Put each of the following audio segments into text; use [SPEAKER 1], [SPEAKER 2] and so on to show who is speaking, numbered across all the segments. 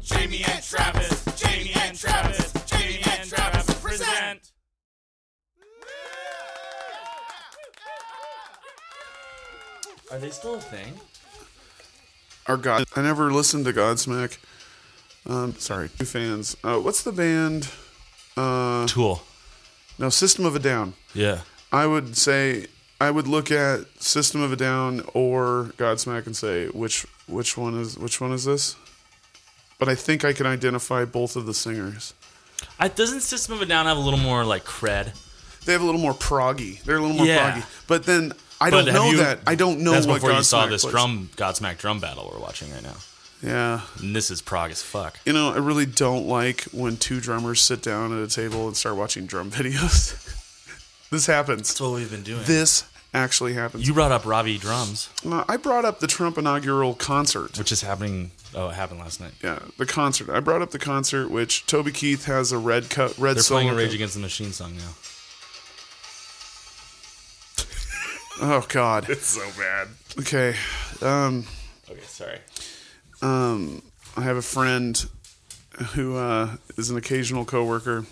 [SPEAKER 1] Jamie and Travis, Jamie and Travis, Jamie and Travis present.
[SPEAKER 2] Are they still a thing?
[SPEAKER 3] Our God, I never listened to Godsmack. Um, sorry, two fans. Uh, what's the band? Uh,
[SPEAKER 1] Tool.
[SPEAKER 3] no, System of a Down.
[SPEAKER 1] Yeah.
[SPEAKER 3] I would say I would look at System of a Down or Godsmack and say which which one is which one is this? But I think I can identify both of the singers.
[SPEAKER 2] I, doesn't System of a Down have a little more like cred?
[SPEAKER 3] They have a little more proggy. They're a little more
[SPEAKER 2] Yeah.
[SPEAKER 3] proggy. But then I
[SPEAKER 2] But
[SPEAKER 3] don't
[SPEAKER 2] have
[SPEAKER 3] know
[SPEAKER 2] you-
[SPEAKER 3] that. I don't know
[SPEAKER 2] That's
[SPEAKER 3] what
[SPEAKER 2] before you saw
[SPEAKER 3] Godsmack
[SPEAKER 2] this
[SPEAKER 3] plays.
[SPEAKER 2] drum Godsmack drum battle we're watching right now.
[SPEAKER 3] Yeah.
[SPEAKER 2] And this is prog as fuck.
[SPEAKER 3] You know, I really don't like when two drummers sit down at a table and start watching drum videos. this happens.
[SPEAKER 4] That's what we've been doing.
[SPEAKER 3] This actually happens.
[SPEAKER 2] You brought up Ravi drums,
[SPEAKER 3] Uh, I brought up the Trump inaugural concert.
[SPEAKER 2] which is happening. Oh, it happened last night.
[SPEAKER 3] Yeah, the concert. I brought up the concert, which Toby Keith has a red cut, red
[SPEAKER 2] They're
[SPEAKER 3] solo.
[SPEAKER 2] playing a Rage Against the Machine song now.
[SPEAKER 3] oh God.
[SPEAKER 1] It's so bad.
[SPEAKER 3] Okay. Um,
[SPEAKER 2] Okay, sorry.
[SPEAKER 3] um, I have a friend who uh, is an occasional coworker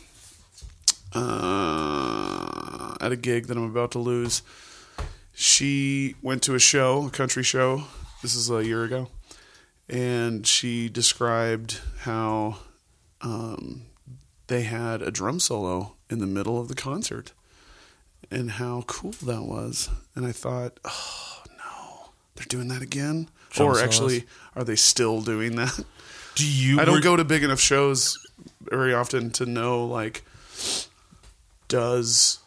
[SPEAKER 3] uh, at a gig that I'm about to lose. She went to a show, a country show. This is a year ago, and she described how um, they had a drum solo in the middle of the concert, and how cool that was. And I thought, oh no, they're doing that again.
[SPEAKER 2] Drum
[SPEAKER 3] or
[SPEAKER 2] solos?
[SPEAKER 3] actually, are they still doing that?
[SPEAKER 2] Do you?
[SPEAKER 3] I don't
[SPEAKER 2] were-
[SPEAKER 3] go to big enough shows very often to know like does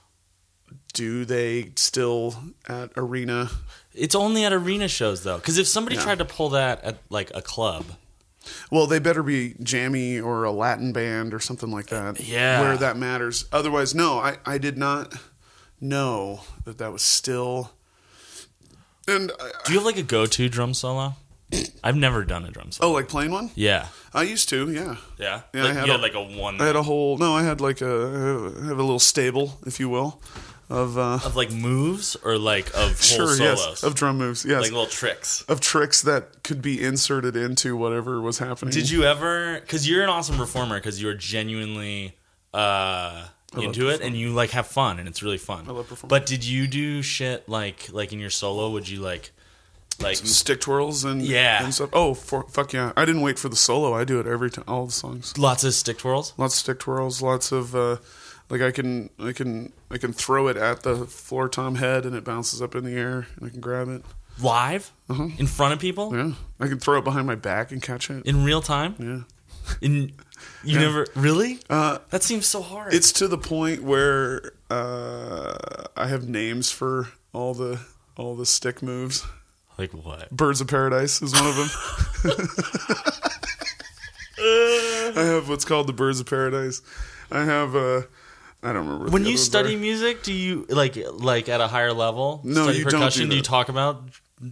[SPEAKER 3] do they still at arena
[SPEAKER 2] It's only at arena shows though, because if somebody
[SPEAKER 3] Yeah.
[SPEAKER 2] tried to pull that at like a club,
[SPEAKER 3] well they better be jammy or a latin band or something like that
[SPEAKER 2] Uh, Yeah.
[SPEAKER 3] where that matters otherwise no i i did not know that that was still and uh, I,
[SPEAKER 2] do you have like a go-to drum solo? I've never done a drum solo.
[SPEAKER 3] oh like playing one
[SPEAKER 2] Yeah,
[SPEAKER 3] i used to yeah
[SPEAKER 2] yeah.
[SPEAKER 3] Yeah, I
[SPEAKER 2] like,
[SPEAKER 3] had
[SPEAKER 2] you
[SPEAKER 3] a-
[SPEAKER 2] had like a one
[SPEAKER 3] i had a whole no i had like a I have a little stable if you will of uh
[SPEAKER 2] of like moves or like of whole
[SPEAKER 3] sure
[SPEAKER 2] solos,
[SPEAKER 3] yes of drum moves yes
[SPEAKER 2] like little tricks.
[SPEAKER 3] of tricks that could be inserted into whatever was happening.
[SPEAKER 2] Did you ever? Because you're an awesome performer. Because you're genuinely uh, into it, and you like have fun, and it's really fun. I
[SPEAKER 3] love performing.
[SPEAKER 2] But did you do shit like like in your solo? Would you like like
[SPEAKER 3] stick twirls and
[SPEAKER 2] Yeah.
[SPEAKER 3] and stuff? Oh, for, fuck yeah! I didn't wait for the solo. I do it every time, all the songs.
[SPEAKER 2] lots of stick twirls?
[SPEAKER 3] Lots of stick twirls. Lots of uh, like I can I can I can throw it at the floor tom head and it bounces up in the air and I can grab it.
[SPEAKER 2] live in front of people
[SPEAKER 3] Mm-hmm. Yeah, I can throw it behind my back and catch it.
[SPEAKER 2] in real time.
[SPEAKER 3] Yeah.
[SPEAKER 2] In you never really? Uh, that seems so hard.
[SPEAKER 3] It's to the point where uh, I have names for all the all the stick moves.
[SPEAKER 2] like what?
[SPEAKER 3] Birds of Paradise is one of them. I have what's called the Birds of Paradise. I have uh, I don't remember. what
[SPEAKER 2] When
[SPEAKER 3] the
[SPEAKER 2] you
[SPEAKER 3] other ones
[SPEAKER 2] study
[SPEAKER 3] are.
[SPEAKER 2] music, do you like like at a higher level?
[SPEAKER 3] No,
[SPEAKER 2] study
[SPEAKER 3] you don't do
[SPEAKER 2] percussion. you
[SPEAKER 3] that.
[SPEAKER 2] talk about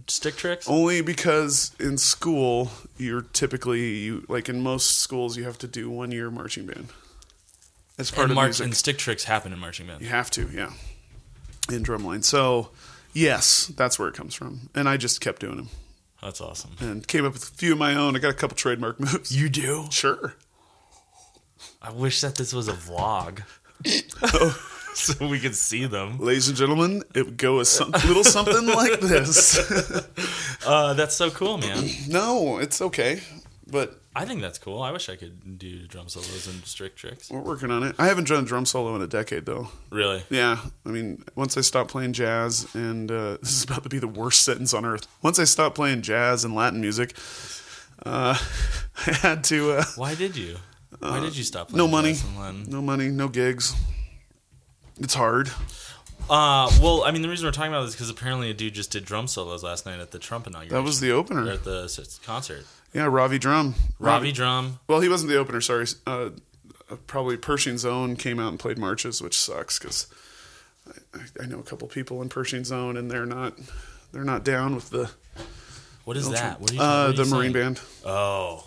[SPEAKER 2] stick tricks?
[SPEAKER 3] only because in school you're typically you like in most schools you have to do one year marching band. That's part
[SPEAKER 2] and,
[SPEAKER 3] of
[SPEAKER 2] march,
[SPEAKER 3] music.
[SPEAKER 2] and stick tricks happen in marching band.
[SPEAKER 3] You have to, yeah. In drumline, so yes, that's where it comes from. And I just kept doing them
[SPEAKER 2] That's awesome.
[SPEAKER 3] and came up with a few of my own. I got a couple trademark moves.
[SPEAKER 2] You do?
[SPEAKER 3] sure.
[SPEAKER 2] I wish that this was a vlog, so we could see them.
[SPEAKER 3] Ladies and gentlemen, it would go a some, little something like this.
[SPEAKER 2] Uh, that's so cool, man.
[SPEAKER 3] No, it's okay. But
[SPEAKER 2] I think that's cool. I wish I could do drum solos and stick tricks.
[SPEAKER 3] we're working on it. I haven't done a drum solo in a decade, though.
[SPEAKER 2] Really?
[SPEAKER 3] Yeah. I mean, once I stopped playing jazz, and uh, this is about to be the worst sentence on earth. Once I stopped playing jazz and Latin music, uh, I had to. Uh,
[SPEAKER 2] Why did you? Why did you stop?
[SPEAKER 3] no
[SPEAKER 2] playing
[SPEAKER 3] money.
[SPEAKER 2] bass and Latin?
[SPEAKER 3] No money, no gigs. It's hard.
[SPEAKER 2] Uh, well, I mean, the reason we're talking about this is because apparently a dude just did drum solos last night at the Trump inauguration.
[SPEAKER 3] That was the
[SPEAKER 2] or
[SPEAKER 3] opener.
[SPEAKER 2] at the s- concert.
[SPEAKER 3] Yeah, Ravi Drum.
[SPEAKER 2] Robbie Drum.
[SPEAKER 3] Well, he wasn't the opener. Sorry, uh, probably Pershing Zone came out and played marches, which sucks because I, I know a couple people in Pershing Zone, and they're not they're not down with the
[SPEAKER 2] What is that? What are you?
[SPEAKER 3] uh,
[SPEAKER 2] what are
[SPEAKER 3] the
[SPEAKER 2] you saying?
[SPEAKER 3] Marine Band.
[SPEAKER 2] Oh,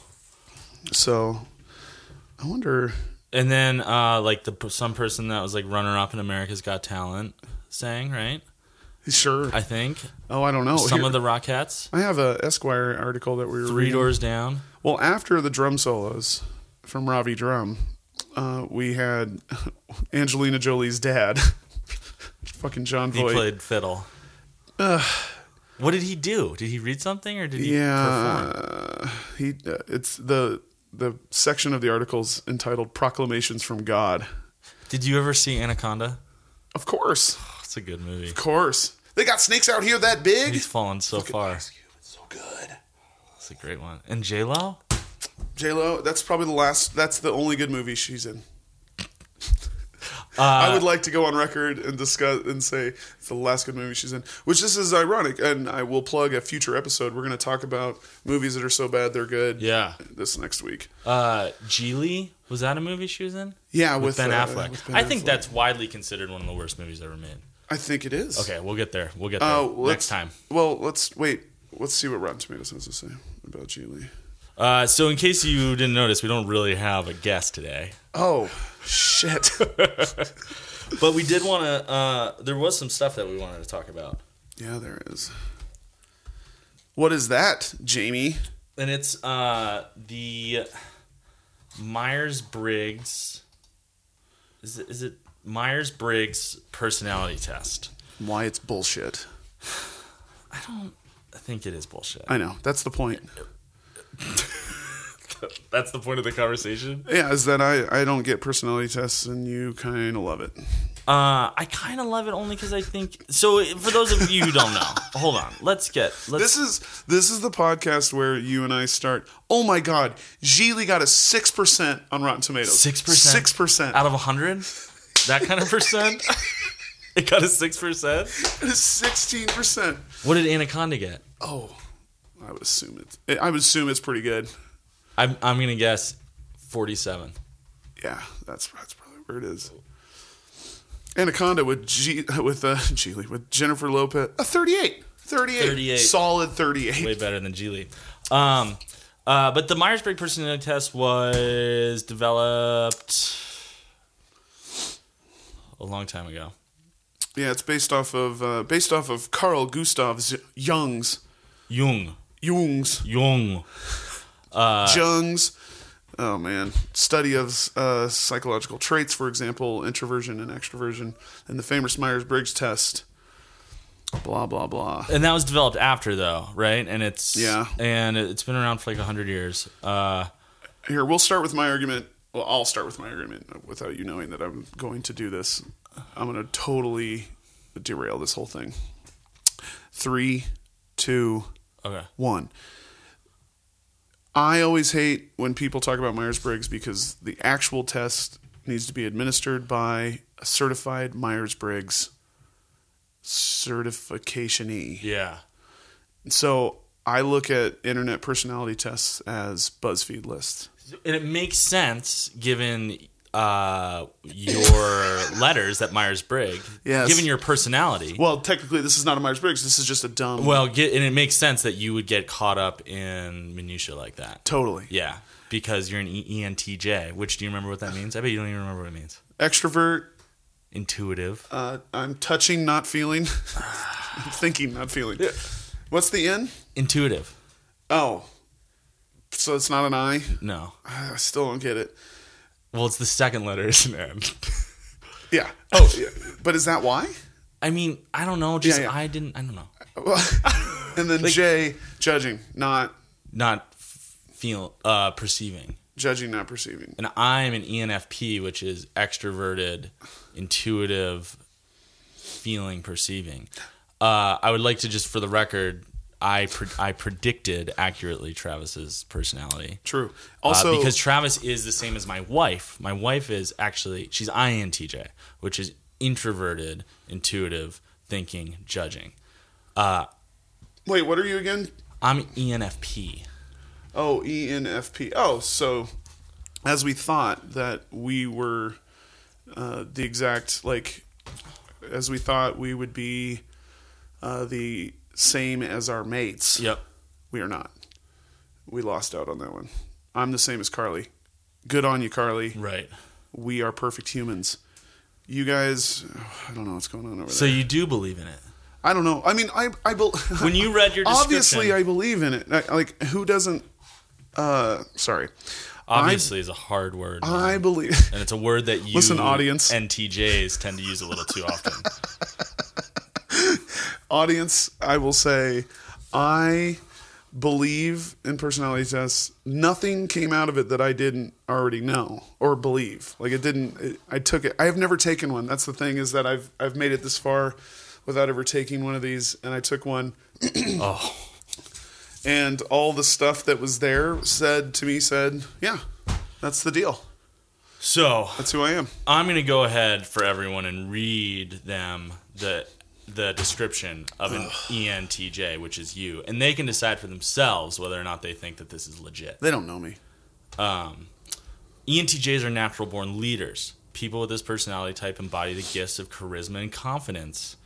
[SPEAKER 3] So I wonder.
[SPEAKER 2] and then uh, like the some person that was like runner up in America's Got Talent sang right.
[SPEAKER 3] Sure.
[SPEAKER 2] I think.
[SPEAKER 3] oh, I don't know.
[SPEAKER 2] Some
[SPEAKER 3] Here-
[SPEAKER 2] of the Rockettes.
[SPEAKER 3] I have a Esquire article that we were
[SPEAKER 2] Three
[SPEAKER 3] reading.
[SPEAKER 2] Doors Down.
[SPEAKER 3] Well, after the drum solos from Ravi Drum, uh, we had Angelina Jolie's dad, fucking John
[SPEAKER 2] He
[SPEAKER 3] Voight.
[SPEAKER 2] played fiddle. what did he do? Did he read something or did he
[SPEAKER 3] yeah,
[SPEAKER 2] perform?
[SPEAKER 3] uh, he. Uh, it's the the section of the articles entitled "Proclamations from God."
[SPEAKER 2] Did you ever see Anaconda?
[SPEAKER 3] Of course, of
[SPEAKER 2] That's a good movie.
[SPEAKER 3] course, they got snakes out here that big.
[SPEAKER 2] He's fallen so far.
[SPEAKER 3] It's so good.
[SPEAKER 2] That's a great one. And J Lo.
[SPEAKER 3] J Lo, that's probably the last. That's the only good movie she's in.
[SPEAKER 2] Uh,
[SPEAKER 3] I would like to go on record and discuss and say it's the last good movie she's in, which this is ironic. And I will plug a future episode. We're going to talk about movies that are so bad they're good.
[SPEAKER 2] Yeah.
[SPEAKER 3] this next week.
[SPEAKER 2] Uh, Geely was that a movie she was in?
[SPEAKER 3] Yeah,
[SPEAKER 2] With,
[SPEAKER 3] with,
[SPEAKER 2] Ben
[SPEAKER 3] uh,
[SPEAKER 2] Affleck.
[SPEAKER 3] with Ben
[SPEAKER 2] I think
[SPEAKER 3] Affleck.
[SPEAKER 2] that's widely considered one of the worst movies ever made.
[SPEAKER 3] I think it is.
[SPEAKER 2] Okay, we'll get there. We'll get there
[SPEAKER 3] Oh,
[SPEAKER 2] next time.
[SPEAKER 3] Well, let's wait. Let's see what Rotten Tomatoes has to say about Geely.
[SPEAKER 2] Uh, so, in case you didn't notice, we don't really have a guest today,
[SPEAKER 3] Oh shit!
[SPEAKER 2] but we did want to. Uh, there was some stuff that we wanted to talk about,
[SPEAKER 3] yeah, there is. What is that, Jamie?
[SPEAKER 2] and it's uh, the Myers Briggs. Is it, is it Myers Briggs personality test?
[SPEAKER 3] Why it's bullshit?
[SPEAKER 2] I don't. I think it is bullshit.
[SPEAKER 3] I know that's the point.
[SPEAKER 2] That's the point of the conversation.
[SPEAKER 3] Yeah, is that I I don't get personality tests and you kind of love it.
[SPEAKER 2] Uh, I kind of love it only because I think so. For those of you who don't know, hold on. Let's get let's
[SPEAKER 3] This is this is the podcast where you and I start. Oh my God, Geely got a six percent on Rotten Tomatoes.
[SPEAKER 2] six percent.
[SPEAKER 3] Six percent.
[SPEAKER 2] out of hundred. That kind of percent. it got a six percent.
[SPEAKER 3] Sixteen percent.
[SPEAKER 2] What did Anaconda get?
[SPEAKER 3] Oh, I would assume it's. I would assume it's pretty good.
[SPEAKER 2] I'm I'm gonna guess forty-seven.
[SPEAKER 3] Yeah, that's that's probably where it is. Anaconda with G with uh, Geely with Jennifer Lopez a 38. 38.
[SPEAKER 2] 38.
[SPEAKER 3] Solid 38.
[SPEAKER 2] Way better than Geely. Um, uh, but the Myers Briggs personality test was developed a long time ago.
[SPEAKER 3] Yeah, it's based off of uh, based off of Carl Gustav Z- Jung's
[SPEAKER 2] Jung
[SPEAKER 3] Jung's
[SPEAKER 2] Jung.
[SPEAKER 3] Jung's. Oh man, study of uh, psychological traits, for example, introversion and extroversion, and the famous Myers Briggs test. Blah blah blah.
[SPEAKER 2] and that was developed after though right and it's
[SPEAKER 3] Yeah.
[SPEAKER 2] and it's been around for like 100 years uh
[SPEAKER 3] Here, we'll start with my argument. Well, I'll start with my argument without you knowing that I'm going to do this. I'm going to totally derail this whole thing. Three, two,
[SPEAKER 2] okay
[SPEAKER 3] one. I always hate when people talk about Myers Briggs because the actual test needs to be administered by a certified Myers Briggs certificationee.
[SPEAKER 2] yeah
[SPEAKER 3] So I look at internet personality tests as BuzzFeed lists.
[SPEAKER 2] and it makes sense given uh your letters that myers-briggs
[SPEAKER 3] Yes.
[SPEAKER 2] given your personality well,
[SPEAKER 3] Well, technically, this is not a Myers Briggs. This is just a dumb.
[SPEAKER 2] get, and it makes sense that you would get caught up in minutia like that
[SPEAKER 3] totally.
[SPEAKER 2] yeah because you're an E- entj which do you remember what that means i bet you don't even remember what it means
[SPEAKER 3] Extrovert.
[SPEAKER 2] intuitive
[SPEAKER 3] Uh, I'm touching, not feeling. I'm thinking, not feeling. What's the N?
[SPEAKER 2] intuitive
[SPEAKER 3] Oh, so it's not an I.
[SPEAKER 2] no
[SPEAKER 3] I still don't get it.
[SPEAKER 2] well it's the second letter is an n
[SPEAKER 3] Yeah. Oh, yeah. but is that why?
[SPEAKER 2] i mean i don't know just
[SPEAKER 3] Yeah, yeah.
[SPEAKER 2] i didn't i don't know
[SPEAKER 3] Well, and then J, judging, not
[SPEAKER 2] not f- feel uh, perceiving.
[SPEAKER 3] judging, not perceiving.
[SPEAKER 2] And I'm an E ENFP, which is extroverted, intuitive, feeling, perceiving. Uh, I would like to just, for the record, I pre- I predicted accurately Travis's personality.
[SPEAKER 3] True.
[SPEAKER 2] Uh,
[SPEAKER 3] Also,
[SPEAKER 2] because Travis is the same as my wife. My wife is actually she's INTJ, which is introverted, intuitive, thinking, judging.
[SPEAKER 3] wait, what are you again?
[SPEAKER 2] I'm E ENFP.
[SPEAKER 3] Oh, ENFP. Oh, so as we thought that we were uh, the exact like, as we thought we would be uh, the same as our mates.
[SPEAKER 2] Yep.
[SPEAKER 3] We are not. We lost out on that one. I'm the same as Carly. Good on you, Carly.
[SPEAKER 2] Right.
[SPEAKER 3] We are perfect humans. You guys, I don't know what's going on over
[SPEAKER 2] So
[SPEAKER 3] there.
[SPEAKER 2] you do believe in it.
[SPEAKER 3] I don't know. I mean, I I bel
[SPEAKER 2] When you read your
[SPEAKER 3] obviously
[SPEAKER 2] description-
[SPEAKER 3] I believe in it. I, like who doesn't? Uh, sorry.
[SPEAKER 2] Obviously, is a hard word. man.
[SPEAKER 3] I believe.
[SPEAKER 2] and it's a word that you
[SPEAKER 3] Listen, audience.
[SPEAKER 2] and TJs tend to use a little too often.
[SPEAKER 3] audience, I will say, I believe in personality tests. Nothing came out of it that I didn't already know or believe. Like it didn't. It, I took it. I have never taken one. That's the thing is that I've I've made it this far without ever taking one of these, and I took one.
[SPEAKER 2] oh,
[SPEAKER 3] and all the stuff that was there said to me said yeah that's the deal
[SPEAKER 2] so
[SPEAKER 3] that's who i am
[SPEAKER 2] I'm gonna go ahead for everyone and read them the the description of an E ENTJ, which is you, and they can decide for themselves whether or not they think that this is legit.
[SPEAKER 3] they don't know me
[SPEAKER 2] ENTJs are natural born leaders. People with this personality type embody the gifts of charisma and confidence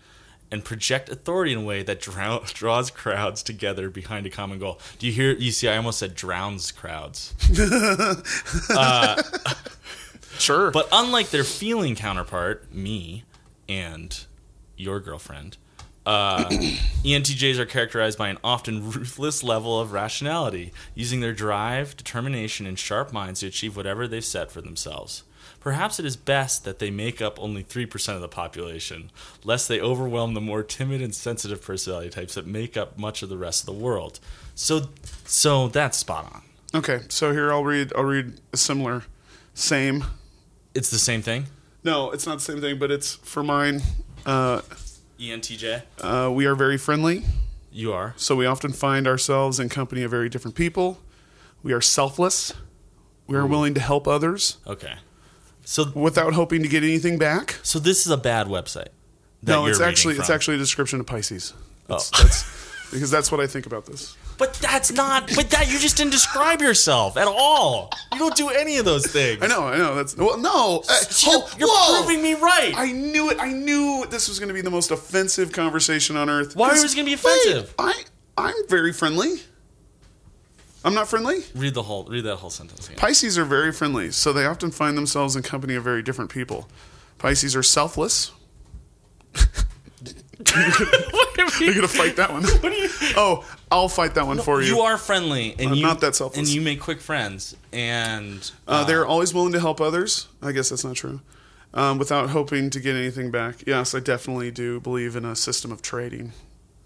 [SPEAKER 2] and project authority in a way that drow- draws crowds together behind a common goal. Do you hear? You see, I almost said drowns crowds. Uh,
[SPEAKER 3] sure
[SPEAKER 2] But unlike their feeling counterpart, me and your girlfriend, uh, ENTJs are characterized by an often ruthless level of rationality, using their drive, determination, and sharp minds to achieve whatever they've set for themselves. Perhaps it is best that they make up only 3% of the population, lest they overwhelm the more timid and sensitive personality types that make up much of the rest of the world. So, so that's spot on.
[SPEAKER 3] okay so here i'll read i'll read a similar same
[SPEAKER 2] It's the same thing,
[SPEAKER 3] no it's not the same thing but it's for mine uh,
[SPEAKER 2] E ENTJ.
[SPEAKER 3] uh, we are very friendly
[SPEAKER 2] You are.
[SPEAKER 3] so we often find ourselves in company of very different people we are selfless we
[SPEAKER 2] Mm.
[SPEAKER 3] are willing to help others
[SPEAKER 2] Okay. So
[SPEAKER 3] without hoping to get anything back
[SPEAKER 2] So this is a bad website. that
[SPEAKER 3] no
[SPEAKER 2] you're
[SPEAKER 3] it's
[SPEAKER 2] reading
[SPEAKER 3] actually it's
[SPEAKER 2] from.
[SPEAKER 3] actually a description of pisces That's-
[SPEAKER 2] Oh.
[SPEAKER 3] that's because that's what i think about this
[SPEAKER 2] But that's not. But that you just didn't describe yourself at all. You don't do any of those things.
[SPEAKER 3] I know, I know. That's well, no. I,
[SPEAKER 2] You're,
[SPEAKER 3] oh,
[SPEAKER 2] you're
[SPEAKER 3] whoa!
[SPEAKER 2] proving me right.
[SPEAKER 3] I knew it. I knew this was going to be the most offensive conversation on earth.
[SPEAKER 2] Why
[SPEAKER 3] 'Cause-
[SPEAKER 2] was it gonna be offensive?
[SPEAKER 3] wait, I, I'm very friendly. I'm not friendly.
[SPEAKER 2] read the whole. Read that whole sentence again.
[SPEAKER 3] Pisces are very friendly, so they often find themselves in company of very different people. Pisces are selfless. You're gonna fight that one. oh, I'll fight that one for you.
[SPEAKER 2] You are friendly, and
[SPEAKER 3] I'm
[SPEAKER 2] you
[SPEAKER 3] not that selfless.
[SPEAKER 2] and you make quick friends, and
[SPEAKER 3] Uh, they're always willing to help others. I guess that's not true. Um, without hoping to get anything back. Yes, I definitely do believe in a system of trading,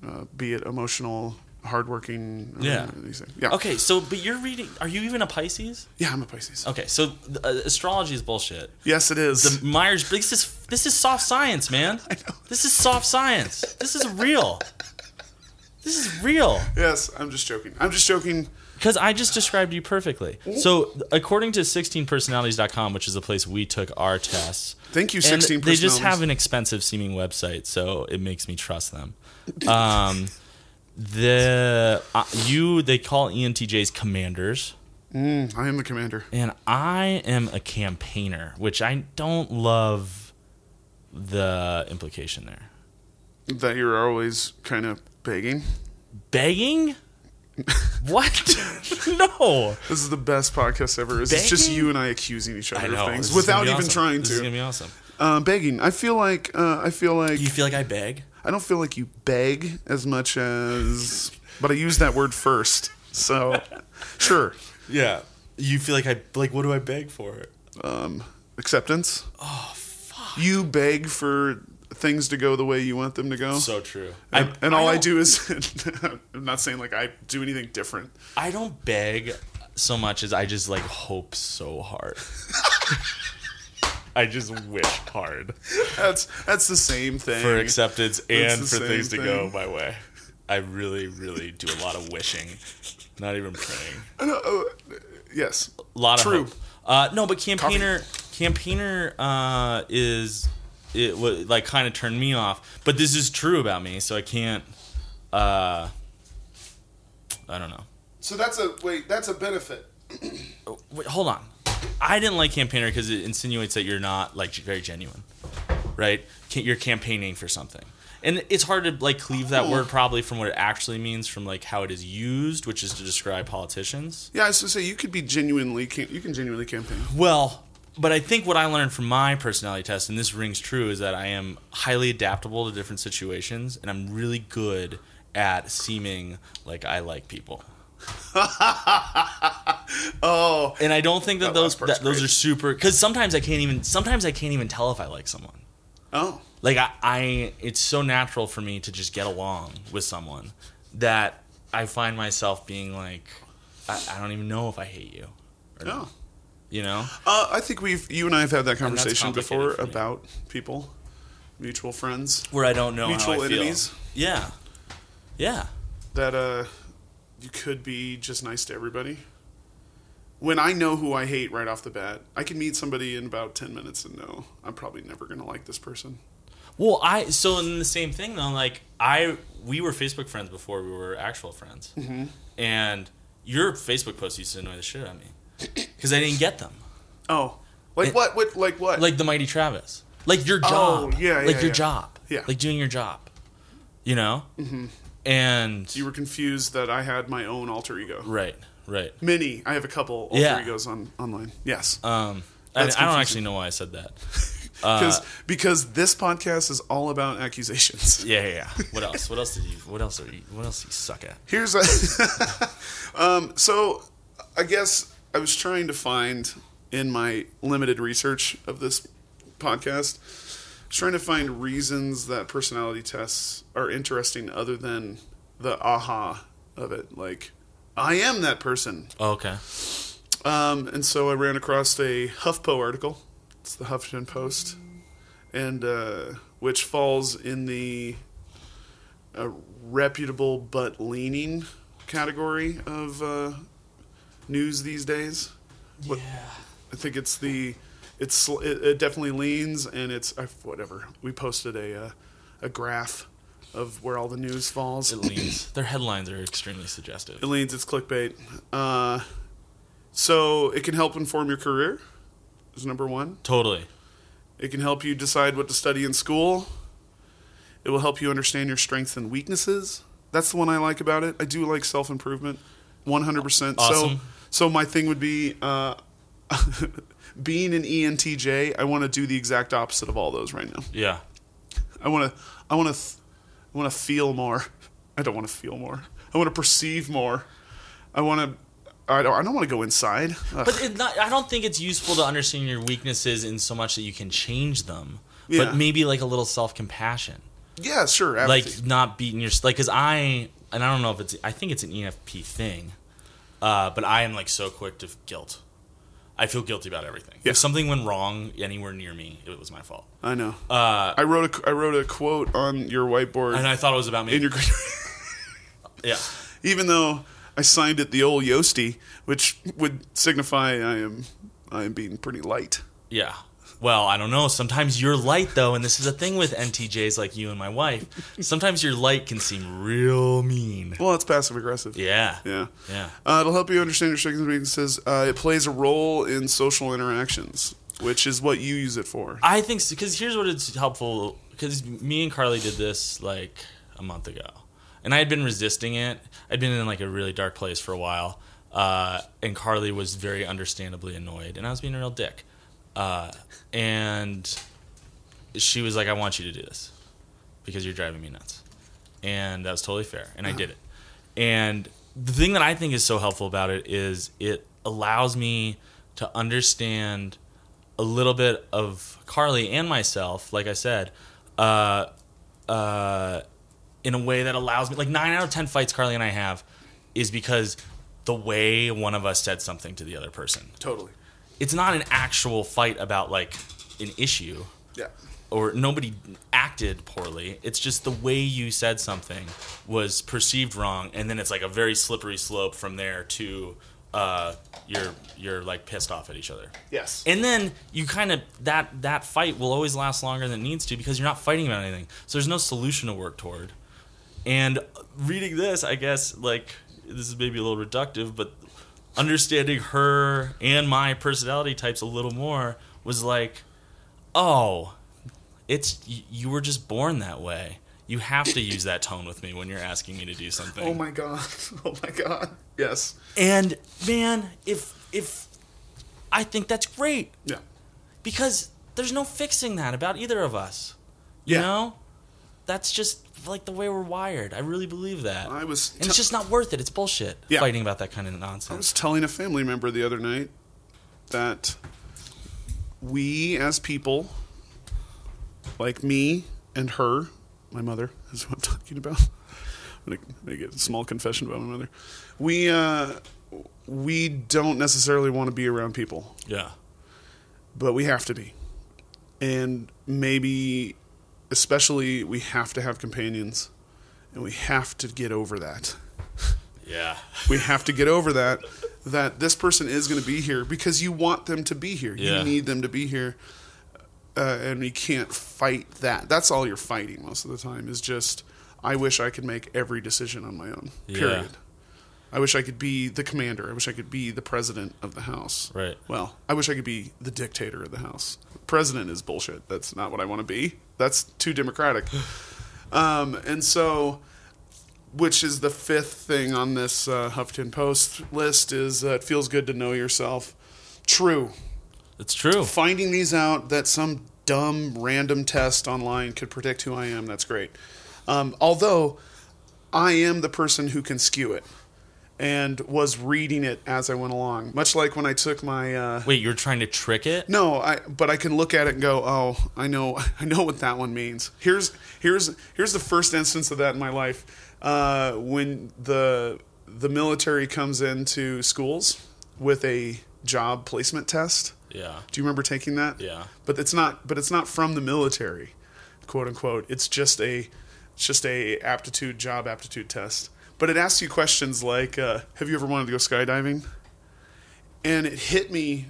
[SPEAKER 3] uh, be it emotional, hardworking. uh,
[SPEAKER 2] Yeah.
[SPEAKER 3] these things. Yeah.
[SPEAKER 2] okay. So, but you're reading. Are you even a Pisces?
[SPEAKER 3] Yeah, I'm a Pisces.
[SPEAKER 2] Okay. So uh, astrology is bullshit.
[SPEAKER 3] Yes, it is.
[SPEAKER 2] The Myers Briggs. This is this is soft science, man. This is soft science. This is real. This is real.
[SPEAKER 3] yes, I'm just joking. I'm just joking.
[SPEAKER 2] Because I just described you perfectly.
[SPEAKER 3] Mm-hmm.
[SPEAKER 2] So, according to 16personalities.com, which is the place we took our tests,
[SPEAKER 3] Thank you,
[SPEAKER 2] and
[SPEAKER 3] 16
[SPEAKER 2] they just have
[SPEAKER 3] personalities.
[SPEAKER 2] an expensive seeming website, so it makes me trust them. Um, the uh, you they call E ENTJs commanders,
[SPEAKER 3] I am the commander.
[SPEAKER 2] and I am a campaigner, which I don't love the implication there.
[SPEAKER 3] That you're always kind of begging.
[SPEAKER 2] Begging? what? no.
[SPEAKER 3] This is the best podcast ever. Is It's just
[SPEAKER 2] Begging?
[SPEAKER 3] you and I accusing each other
[SPEAKER 2] I know,
[SPEAKER 3] of
[SPEAKER 2] this
[SPEAKER 3] things
[SPEAKER 2] is gonna
[SPEAKER 3] without
[SPEAKER 2] be
[SPEAKER 3] even
[SPEAKER 2] awesome.
[SPEAKER 3] trying
[SPEAKER 2] This is
[SPEAKER 3] to.
[SPEAKER 2] gonna be awesome.
[SPEAKER 3] uh, begging. I feel like. Uh, I feel like.
[SPEAKER 2] Do you feel like I beg?
[SPEAKER 3] I don't feel like you beg as much as, but I use that word first. So, sure,
[SPEAKER 2] Yeah. You feel like I like what do I beg for?
[SPEAKER 3] acceptance. Oh fuck! You beg for things to go the way you want them to go.
[SPEAKER 2] So true.
[SPEAKER 3] and, and all I,
[SPEAKER 2] don't-
[SPEAKER 3] do is, I'm not saying like I do anything different.
[SPEAKER 2] I don't beg so much as I just like hope so hard. I just wish hard
[SPEAKER 3] That's that's the same thing.
[SPEAKER 2] for acceptance and
[SPEAKER 3] the
[SPEAKER 2] for
[SPEAKER 3] same
[SPEAKER 2] things to go
[SPEAKER 3] thing.
[SPEAKER 2] my way. I really, really do a lot of wishing, not even praying.
[SPEAKER 3] yes,
[SPEAKER 2] A lot of
[SPEAKER 3] True.
[SPEAKER 2] hope. Uh, no, but campaigner, campaigner uh, is it wa like kind of turned me off. But this is true about me, so I can't. Uh, I don't know.
[SPEAKER 3] so that's a wait. That's a benefit.
[SPEAKER 2] Wait, hold on. I didn't like campaigner because it insinuates that you're not like very genuine, right? Ca- You're campaigning for something, and it's hard to like cleave that word probably from what it actually means from like how it is used, which is to describe politicians.
[SPEAKER 3] Yeah, I was gonna say you could be genuinely cam- you can genuinely campaign.
[SPEAKER 2] Well, but I think what I learned from my personality test, and this rings true, is that I am highly adaptable to different situations, and I'm really good at seeming like I like people.
[SPEAKER 3] Oh,
[SPEAKER 2] And I don't think that,
[SPEAKER 3] That
[SPEAKER 2] those
[SPEAKER 3] last part's
[SPEAKER 2] that those
[SPEAKER 3] great.
[SPEAKER 2] are super because sometimes I can't even sometimes I can't even tell if I like someone.
[SPEAKER 3] oh,
[SPEAKER 2] Like I, I, it's so natural for me to just get along with someone that I find myself being like, I, I don't even know if I hate you, or not,
[SPEAKER 3] oh.
[SPEAKER 2] you know.
[SPEAKER 3] Uh, I think we've you and I have had that
[SPEAKER 2] that's
[SPEAKER 3] conversation before
[SPEAKER 2] complicated for me.
[SPEAKER 3] about people, mutual friends.
[SPEAKER 2] where I don't know how
[SPEAKER 3] Mutual
[SPEAKER 2] I
[SPEAKER 3] enemies?
[SPEAKER 2] feel. Yeah, yeah,
[SPEAKER 3] that uh you could be just nice to everybody. When I know who I hate right off the bat, I can meet somebody in about 10 minutes and know I'm probably never going to like this person.
[SPEAKER 2] Well, I so in the same thing though. Like I, we were Facebook friends before we were actual friends,
[SPEAKER 3] Mm-hmm.
[SPEAKER 2] and your Facebook posts used to annoy the shit out of me because I didn't get them.
[SPEAKER 3] Oh. Like
[SPEAKER 2] It-
[SPEAKER 3] what? What like what?
[SPEAKER 2] Like the Mighty Travis, like your
[SPEAKER 3] Oh,
[SPEAKER 2] job,
[SPEAKER 3] yeah,
[SPEAKER 2] like
[SPEAKER 3] yeah,
[SPEAKER 2] your
[SPEAKER 3] yeah.
[SPEAKER 2] job,
[SPEAKER 3] Yeah.
[SPEAKER 2] like doing your job, you know. Mm-hmm. And
[SPEAKER 3] you were confused that I had my own alter ego.
[SPEAKER 2] right, right.
[SPEAKER 3] Many. I have a couple alter
[SPEAKER 2] Yeah.
[SPEAKER 3] egos on online. Yes.
[SPEAKER 2] Um, I, I
[SPEAKER 3] That's
[SPEAKER 2] don't
[SPEAKER 3] confusing.
[SPEAKER 2] actually know why I said that. uh,
[SPEAKER 3] Because because this podcast is all about accusations.
[SPEAKER 2] Yeah, yeah. yeah. What else? What else did you? What else are you? What else do you suck at?
[SPEAKER 3] Here's a. um, so, I guess I was trying to find in my limited research of this podcast, I was trying to find reasons that personality tests are interesting other than the aha of it. Like, I am that person.
[SPEAKER 2] Oh, okay.
[SPEAKER 3] Um, and so I ran across a HuffPo article. It's the Huffington Post, and uh, which falls in the uh, reputable but leaning category of uh, news these days. What- I think it's the it's sl- it, it definitely leans and it's I, whatever. We posted a uh, a graph of where all the news falls.
[SPEAKER 2] It leans. Their headlines are extremely suggestive.
[SPEAKER 3] It leans, it's clickbait. Uh, so it can help inform your career, is number one.
[SPEAKER 2] Totally.
[SPEAKER 3] It can help you decide what to study in school. It will help you understand your strengths and weaknesses. That's the one I like about it. I do like self improvement, 100%.
[SPEAKER 2] Awesome.
[SPEAKER 3] So, so my thing would be uh, being an E ENTJ, I want to do the exact opposite of all those right now.
[SPEAKER 2] Yeah.
[SPEAKER 3] I want to, I want to, th- I want to feel more. I don't want to feel more. I want to perceive more. I want to. I don't. I don't want to go inside. Ugh.
[SPEAKER 2] But it not, I don't think it's useful to understand your weaknesses in so much that you can change them.
[SPEAKER 3] Yeah.
[SPEAKER 2] But maybe like a little self compassion,
[SPEAKER 3] yeah, sure.
[SPEAKER 2] like
[SPEAKER 3] apathy.
[SPEAKER 2] not beating your like because I and I don't know if it's I think it's an ENFP thing, uh, but I am like so quick to guilt. I feel guilty about everything.
[SPEAKER 3] Yeah.
[SPEAKER 2] If something went wrong anywhere near me, it was my fault.
[SPEAKER 3] I know. I wrote a. qu- I wrote a quote on your whiteboard
[SPEAKER 2] uh, And I thought it was about me.
[SPEAKER 3] in your.
[SPEAKER 2] yeah.
[SPEAKER 3] even though I signed it the old Yosty, which would signify I am. I am being pretty light.
[SPEAKER 2] Yeah. Well, I don't know. Sometimes your light, though, and this is a thing with NTJs like you and my wife. Sometimes your light can seem real mean.
[SPEAKER 3] Well, it's passive aggressive.
[SPEAKER 2] Yeah.
[SPEAKER 3] Yeah.
[SPEAKER 2] Yeah.
[SPEAKER 3] Uh, it'll help you understand your strengths and weaknesses. Uh, it plays a role in social interactions, which is what you use it for.
[SPEAKER 2] I think because here's what it's helpful because me and Carly did this like a month ago, and I had been resisting it. I'd been in like a really dark place for a while, uh, and Carly was very understandably annoyed, and I was being a real dick. Uh, and she was like, "I want you to do this because you're driving me nuts," and that was totally fair, and I did it. And the thing that I think is so helpful about it is it allows me to understand a little bit of Carly and myself, like I said, uh, uh, in a way that allows me, like nine out of 10 fights Carly and I have is because the way one of us said something to the other person.
[SPEAKER 3] Totally.
[SPEAKER 2] It's not an actual fight about like an issue
[SPEAKER 3] Yeah.
[SPEAKER 2] or nobody acted poorly. It's just the way you said something was perceived wrong, and then it's like a very slippery slope from there to uh, you're you're like pissed off at each other.
[SPEAKER 3] Yes.
[SPEAKER 2] And then you kind of that that fight will always last longer than it needs to because you're not fighting about anything. So there's no solution to work toward. And reading this, I guess like this is maybe a little reductive, but understanding her and my personality types a little more was like, oh, it's y- you were just born that way. You have to use that tone with me when you're asking me to do something.
[SPEAKER 3] oh my god. Oh my god. Yes.
[SPEAKER 2] And man, if if I think that's great.
[SPEAKER 3] Yeah.
[SPEAKER 2] because there's no fixing that about either of us. You
[SPEAKER 3] Yeah.
[SPEAKER 2] know, that's just like the way we're wired. I really believe that.
[SPEAKER 3] I was
[SPEAKER 2] and it's
[SPEAKER 3] te-
[SPEAKER 2] just not worth it. It's bullshit
[SPEAKER 3] Yeah.
[SPEAKER 2] fighting about that kind of
[SPEAKER 3] I
[SPEAKER 2] nonsense.
[SPEAKER 3] was telling a family member the other night that we as people, like me and her, my mother is who I'm talking about. I'm gonna make a small confession about my mother. We uh, we don't necessarily want to be around people,
[SPEAKER 2] Yeah.
[SPEAKER 3] but we have to be, and maybe especially we have to have companions, and we have to get over that
[SPEAKER 2] Yeah.
[SPEAKER 3] we have to get over that that this person is going to be here because you want them to be here
[SPEAKER 2] Yeah.
[SPEAKER 3] you need them to be here uh, and you can't fight that that's all you're fighting most of the time is just i wish i could make every decision on my own
[SPEAKER 2] Yeah.
[SPEAKER 3] period i wish i could be the commander i wish i could be the president of the house
[SPEAKER 2] Right.
[SPEAKER 3] well i wish i could be the dictator of the house president is bullshit that's not what i want to be that's too democratic um, and so which is the fifth thing on this uh, Huffington Post list, is uh, it feels good to know yourself. True.
[SPEAKER 2] It's true.
[SPEAKER 3] Finding these out that some dumb random test online could predict who I am, that's great. Um, although I am the person who can skew it and was reading it as I went along, much like when I took my. Uh,
[SPEAKER 2] Wait, you're trying to trick it?
[SPEAKER 3] no, I but I can look at it and go, "Oh, I know I know what that one means." Here's here's here's the first instance of that in my life. Uh, when the the military comes into schools with a job placement test.
[SPEAKER 2] Yeah.
[SPEAKER 3] Do you remember taking that?
[SPEAKER 2] Yeah.
[SPEAKER 3] But it's not but it's not from the military, quote unquote. It's just a it's just a aptitude job aptitude test. But it asks you questions like, uh, "Have you ever wanted to go skydiving?" And it hit me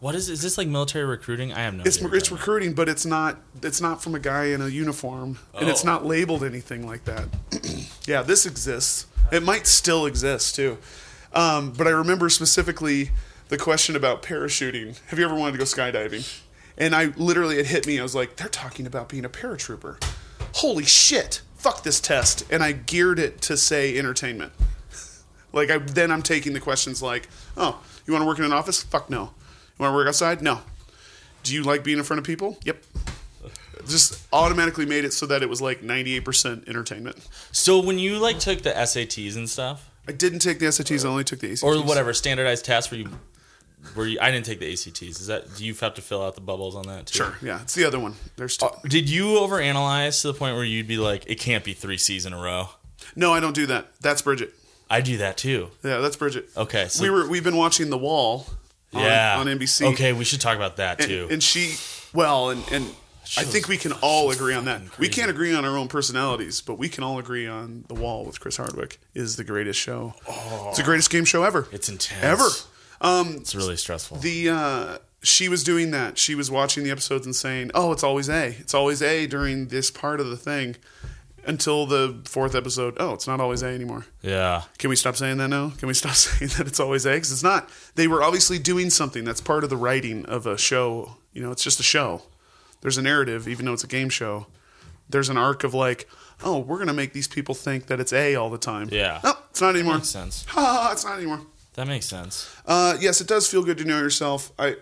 [SPEAKER 2] What is is this like military recruiting? I have no
[SPEAKER 3] it's
[SPEAKER 2] idea.
[SPEAKER 3] it's recruiting, but it's not it's not from a guy in a uniform, and it's
[SPEAKER 2] Oh.
[SPEAKER 3] not labeled anything like that. yeah, this exists. It might still exist too, um, but I remember specifically the question about parachuting. Have you ever wanted to go skydiving? And I literally it hit me. I was like, they're talking about being a paratrooper. Holy shit! Fuck this test. And I geared it to say entertainment. Like I then I'm taking the questions like, oh, you want to work in an office? Fuck no. You want to work outside? No. Do you like being in front of people? Yep. Just automatically made it so that it was like 98% entertainment.
[SPEAKER 2] so when you like took the SATs and stuff,
[SPEAKER 3] I didn't take the SATs. I only took the ACTs.
[SPEAKER 2] or whatever standardized tests, where you, where you, I didn't take the ACTs. Is that do you have to fill out the bubbles on that too?
[SPEAKER 3] Sure. Yeah. It's the other one. There's two.
[SPEAKER 2] Did you overanalyze to the point where you'd be like, it can't be three C's in a row?
[SPEAKER 3] no, I don't do that. That's Bridget.
[SPEAKER 2] I do that too.
[SPEAKER 3] Yeah, that's Bridget.
[SPEAKER 2] Okay, so-
[SPEAKER 3] we were we've been watching The Wall on,
[SPEAKER 2] yeah.
[SPEAKER 3] on NBC.
[SPEAKER 2] Okay, we should talk about that
[SPEAKER 3] And,
[SPEAKER 2] too.
[SPEAKER 3] and she well and and I think we can all agree on that. We can't agree on our own personalities, but we can all agree on The Wall with Chris Hardwick is the greatest show.
[SPEAKER 2] Oh.
[SPEAKER 3] It's the greatest game show ever.
[SPEAKER 2] it's intense.
[SPEAKER 3] ever. Um,
[SPEAKER 2] It's really stressful.
[SPEAKER 3] the uh, she was doing that. She was watching the episodes and saying, "Oh, it's always A. It's always A during this part of the thing." Until the fourth episode, oh, it's not always A anymore.
[SPEAKER 2] yeah.
[SPEAKER 3] Can we stop saying that now? Can we stop saying that it's always A? 'Cause it's not. They were obviously doing something. That's part of the writing of a show. You know, it's just a show. There's a narrative, even though it's a game show. There's an arc of like, oh, we're gonna make these people think that it's A all the time.
[SPEAKER 2] Yeah.
[SPEAKER 3] No, it's not anymore.
[SPEAKER 2] Makes sense.
[SPEAKER 3] Ha! It's not anymore.
[SPEAKER 2] That makes sense.
[SPEAKER 3] Uh, yes, it does feel good to know yourself. I,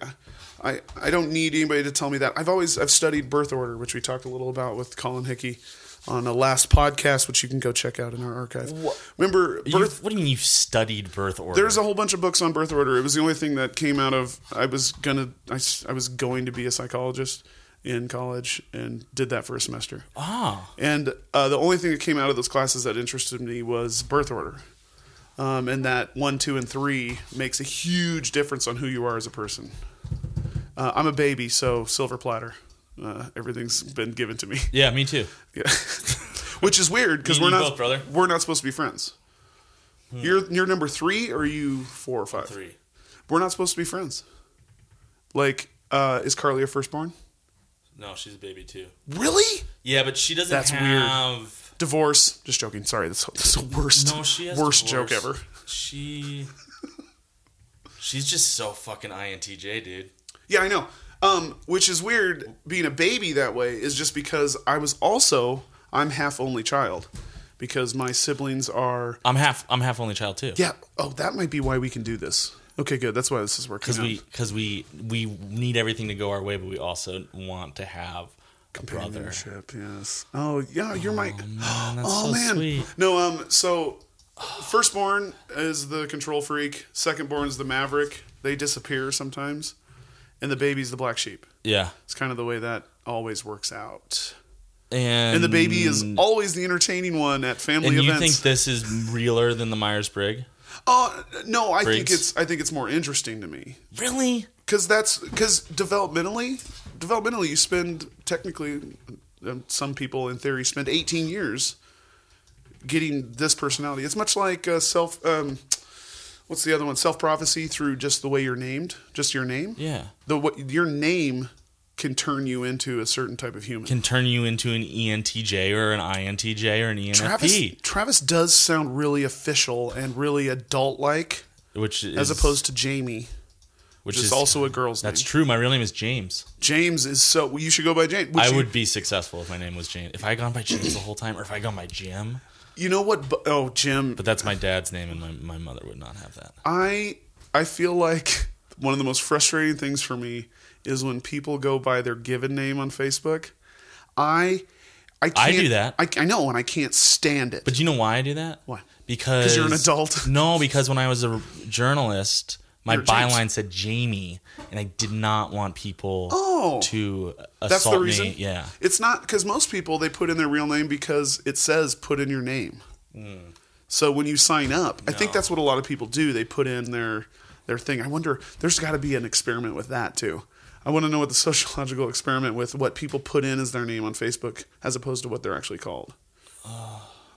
[SPEAKER 3] I, I don't need anybody to tell me that. I've always I've studied birth order, which we talked a little about with Colin Hickey on a last podcast, which you can go check out in our archive. Remember,
[SPEAKER 2] You-
[SPEAKER 3] birth.
[SPEAKER 2] what do you mean you've studied birth order?
[SPEAKER 3] There's a whole bunch of books on birth order. It was the only thing that came out of. I was gonna. I, s- I was going to be a psychologist in college and did that for a semester.
[SPEAKER 2] ah.
[SPEAKER 3] And uh, the only thing that came out of those classes that interested me was birth order. Um, and that one, two, and three makes a huge difference on who you are as a person. Uh, I'm a baby, so silver platter. Uh, everything's been given to me,
[SPEAKER 2] Yeah, me too.
[SPEAKER 3] Yeah. which is weird because
[SPEAKER 2] Me
[SPEAKER 3] we're
[SPEAKER 2] and you
[SPEAKER 3] not
[SPEAKER 2] both, brother. Hmm.
[SPEAKER 3] we're not supposed to be friends. You're you're number three, or are you four or five?
[SPEAKER 2] Three.
[SPEAKER 3] We're not supposed to be friends. Like, uh, is Carly a firstborn?
[SPEAKER 2] No, she's a baby too.
[SPEAKER 3] Really?
[SPEAKER 2] Yeah, but she doesn't
[SPEAKER 3] That's weird.
[SPEAKER 2] have. Weird.
[SPEAKER 3] Divorce. Just joking. Sorry, that's, that's the worst
[SPEAKER 2] No, she has
[SPEAKER 3] worst
[SPEAKER 2] divorce.
[SPEAKER 3] joke ever.
[SPEAKER 2] She She's just so fucking INTJ, dude.
[SPEAKER 3] Yeah, I know. Um, which is weird. Being a baby that way is just because I was also I'm half only child because my siblings are.
[SPEAKER 2] I'm half I'm half only child too.
[SPEAKER 3] Yeah. Oh, that might be why we can do this. Okay, good. That's why this is working.
[SPEAKER 2] because
[SPEAKER 3] out.
[SPEAKER 2] we because we we need everything to go our way, but we also want to have a brother.
[SPEAKER 3] Companionship, yes. Oh yeah, you're my.
[SPEAKER 2] man, that's
[SPEAKER 3] oh
[SPEAKER 2] so
[SPEAKER 3] man.
[SPEAKER 2] sweet.
[SPEAKER 3] No, um. So, firstborn is the control freak. Secondborn is the maverick. They disappear sometimes, and the baby's the black sheep.
[SPEAKER 2] Yeah,
[SPEAKER 3] It's kind of the way that always works out.
[SPEAKER 2] and
[SPEAKER 3] And the baby is always the entertaining one at family
[SPEAKER 2] Mm. And you
[SPEAKER 3] events.
[SPEAKER 2] think this is realer than the Myers Briggs?
[SPEAKER 3] Oh no, I think
[SPEAKER 2] Briggs?
[SPEAKER 3] it's I think it's more interesting to me
[SPEAKER 2] Really?
[SPEAKER 3] because that's because developmentally, developmentally, you spend technically, um, some people in theory spend 18 years getting this personality. It's much like uh, self. Um, what's the other one? Self prophecy through just the way you're named, just your name.
[SPEAKER 2] Yeah.
[SPEAKER 3] The what your name can turn you into a certain type of human.
[SPEAKER 2] Can turn you into an E ENTJ or an INTJ or an E ENFP,
[SPEAKER 3] Travis, Travis does sound really official and really adult like,
[SPEAKER 2] which is,
[SPEAKER 3] as opposed to Jamie,
[SPEAKER 2] which
[SPEAKER 3] which is
[SPEAKER 2] is
[SPEAKER 3] also a girl's name.
[SPEAKER 2] that's true. My real name is James.
[SPEAKER 3] James is so. well, You should go by James. Which
[SPEAKER 2] I
[SPEAKER 3] you,
[SPEAKER 2] would be successful if my name was James. If I had gone by James the whole time, or if I had gone by Jim,
[SPEAKER 3] You know what? bu- Oh, Jim.
[SPEAKER 2] but that's my dad's name, and my, my mother would not have that.
[SPEAKER 3] I I feel like one of the most frustrating things for me is when people go by their given name on Facebook. I I can't,
[SPEAKER 2] do that.
[SPEAKER 3] I, I know, and I can't stand it.
[SPEAKER 2] But do you know why I do that?
[SPEAKER 3] Why?
[SPEAKER 2] Because
[SPEAKER 3] 'Cause you're an adult.
[SPEAKER 2] no, because when I was a journalist, my
[SPEAKER 3] You're James.
[SPEAKER 2] byline said Jamie, and I did not want people
[SPEAKER 3] Oh.
[SPEAKER 2] to assault
[SPEAKER 3] that's the reason.
[SPEAKER 2] me. Yeah,
[SPEAKER 3] it's not because most people they put in their real name because it says put in your name.
[SPEAKER 2] Hmm.
[SPEAKER 3] So when you sign up, I think that's what a lot of people do. They put in their their thing. I wonder. There's got to be an experiment with that too. I want to know what the sociological experiment with what people put in as their name on Facebook as opposed to what they're actually called.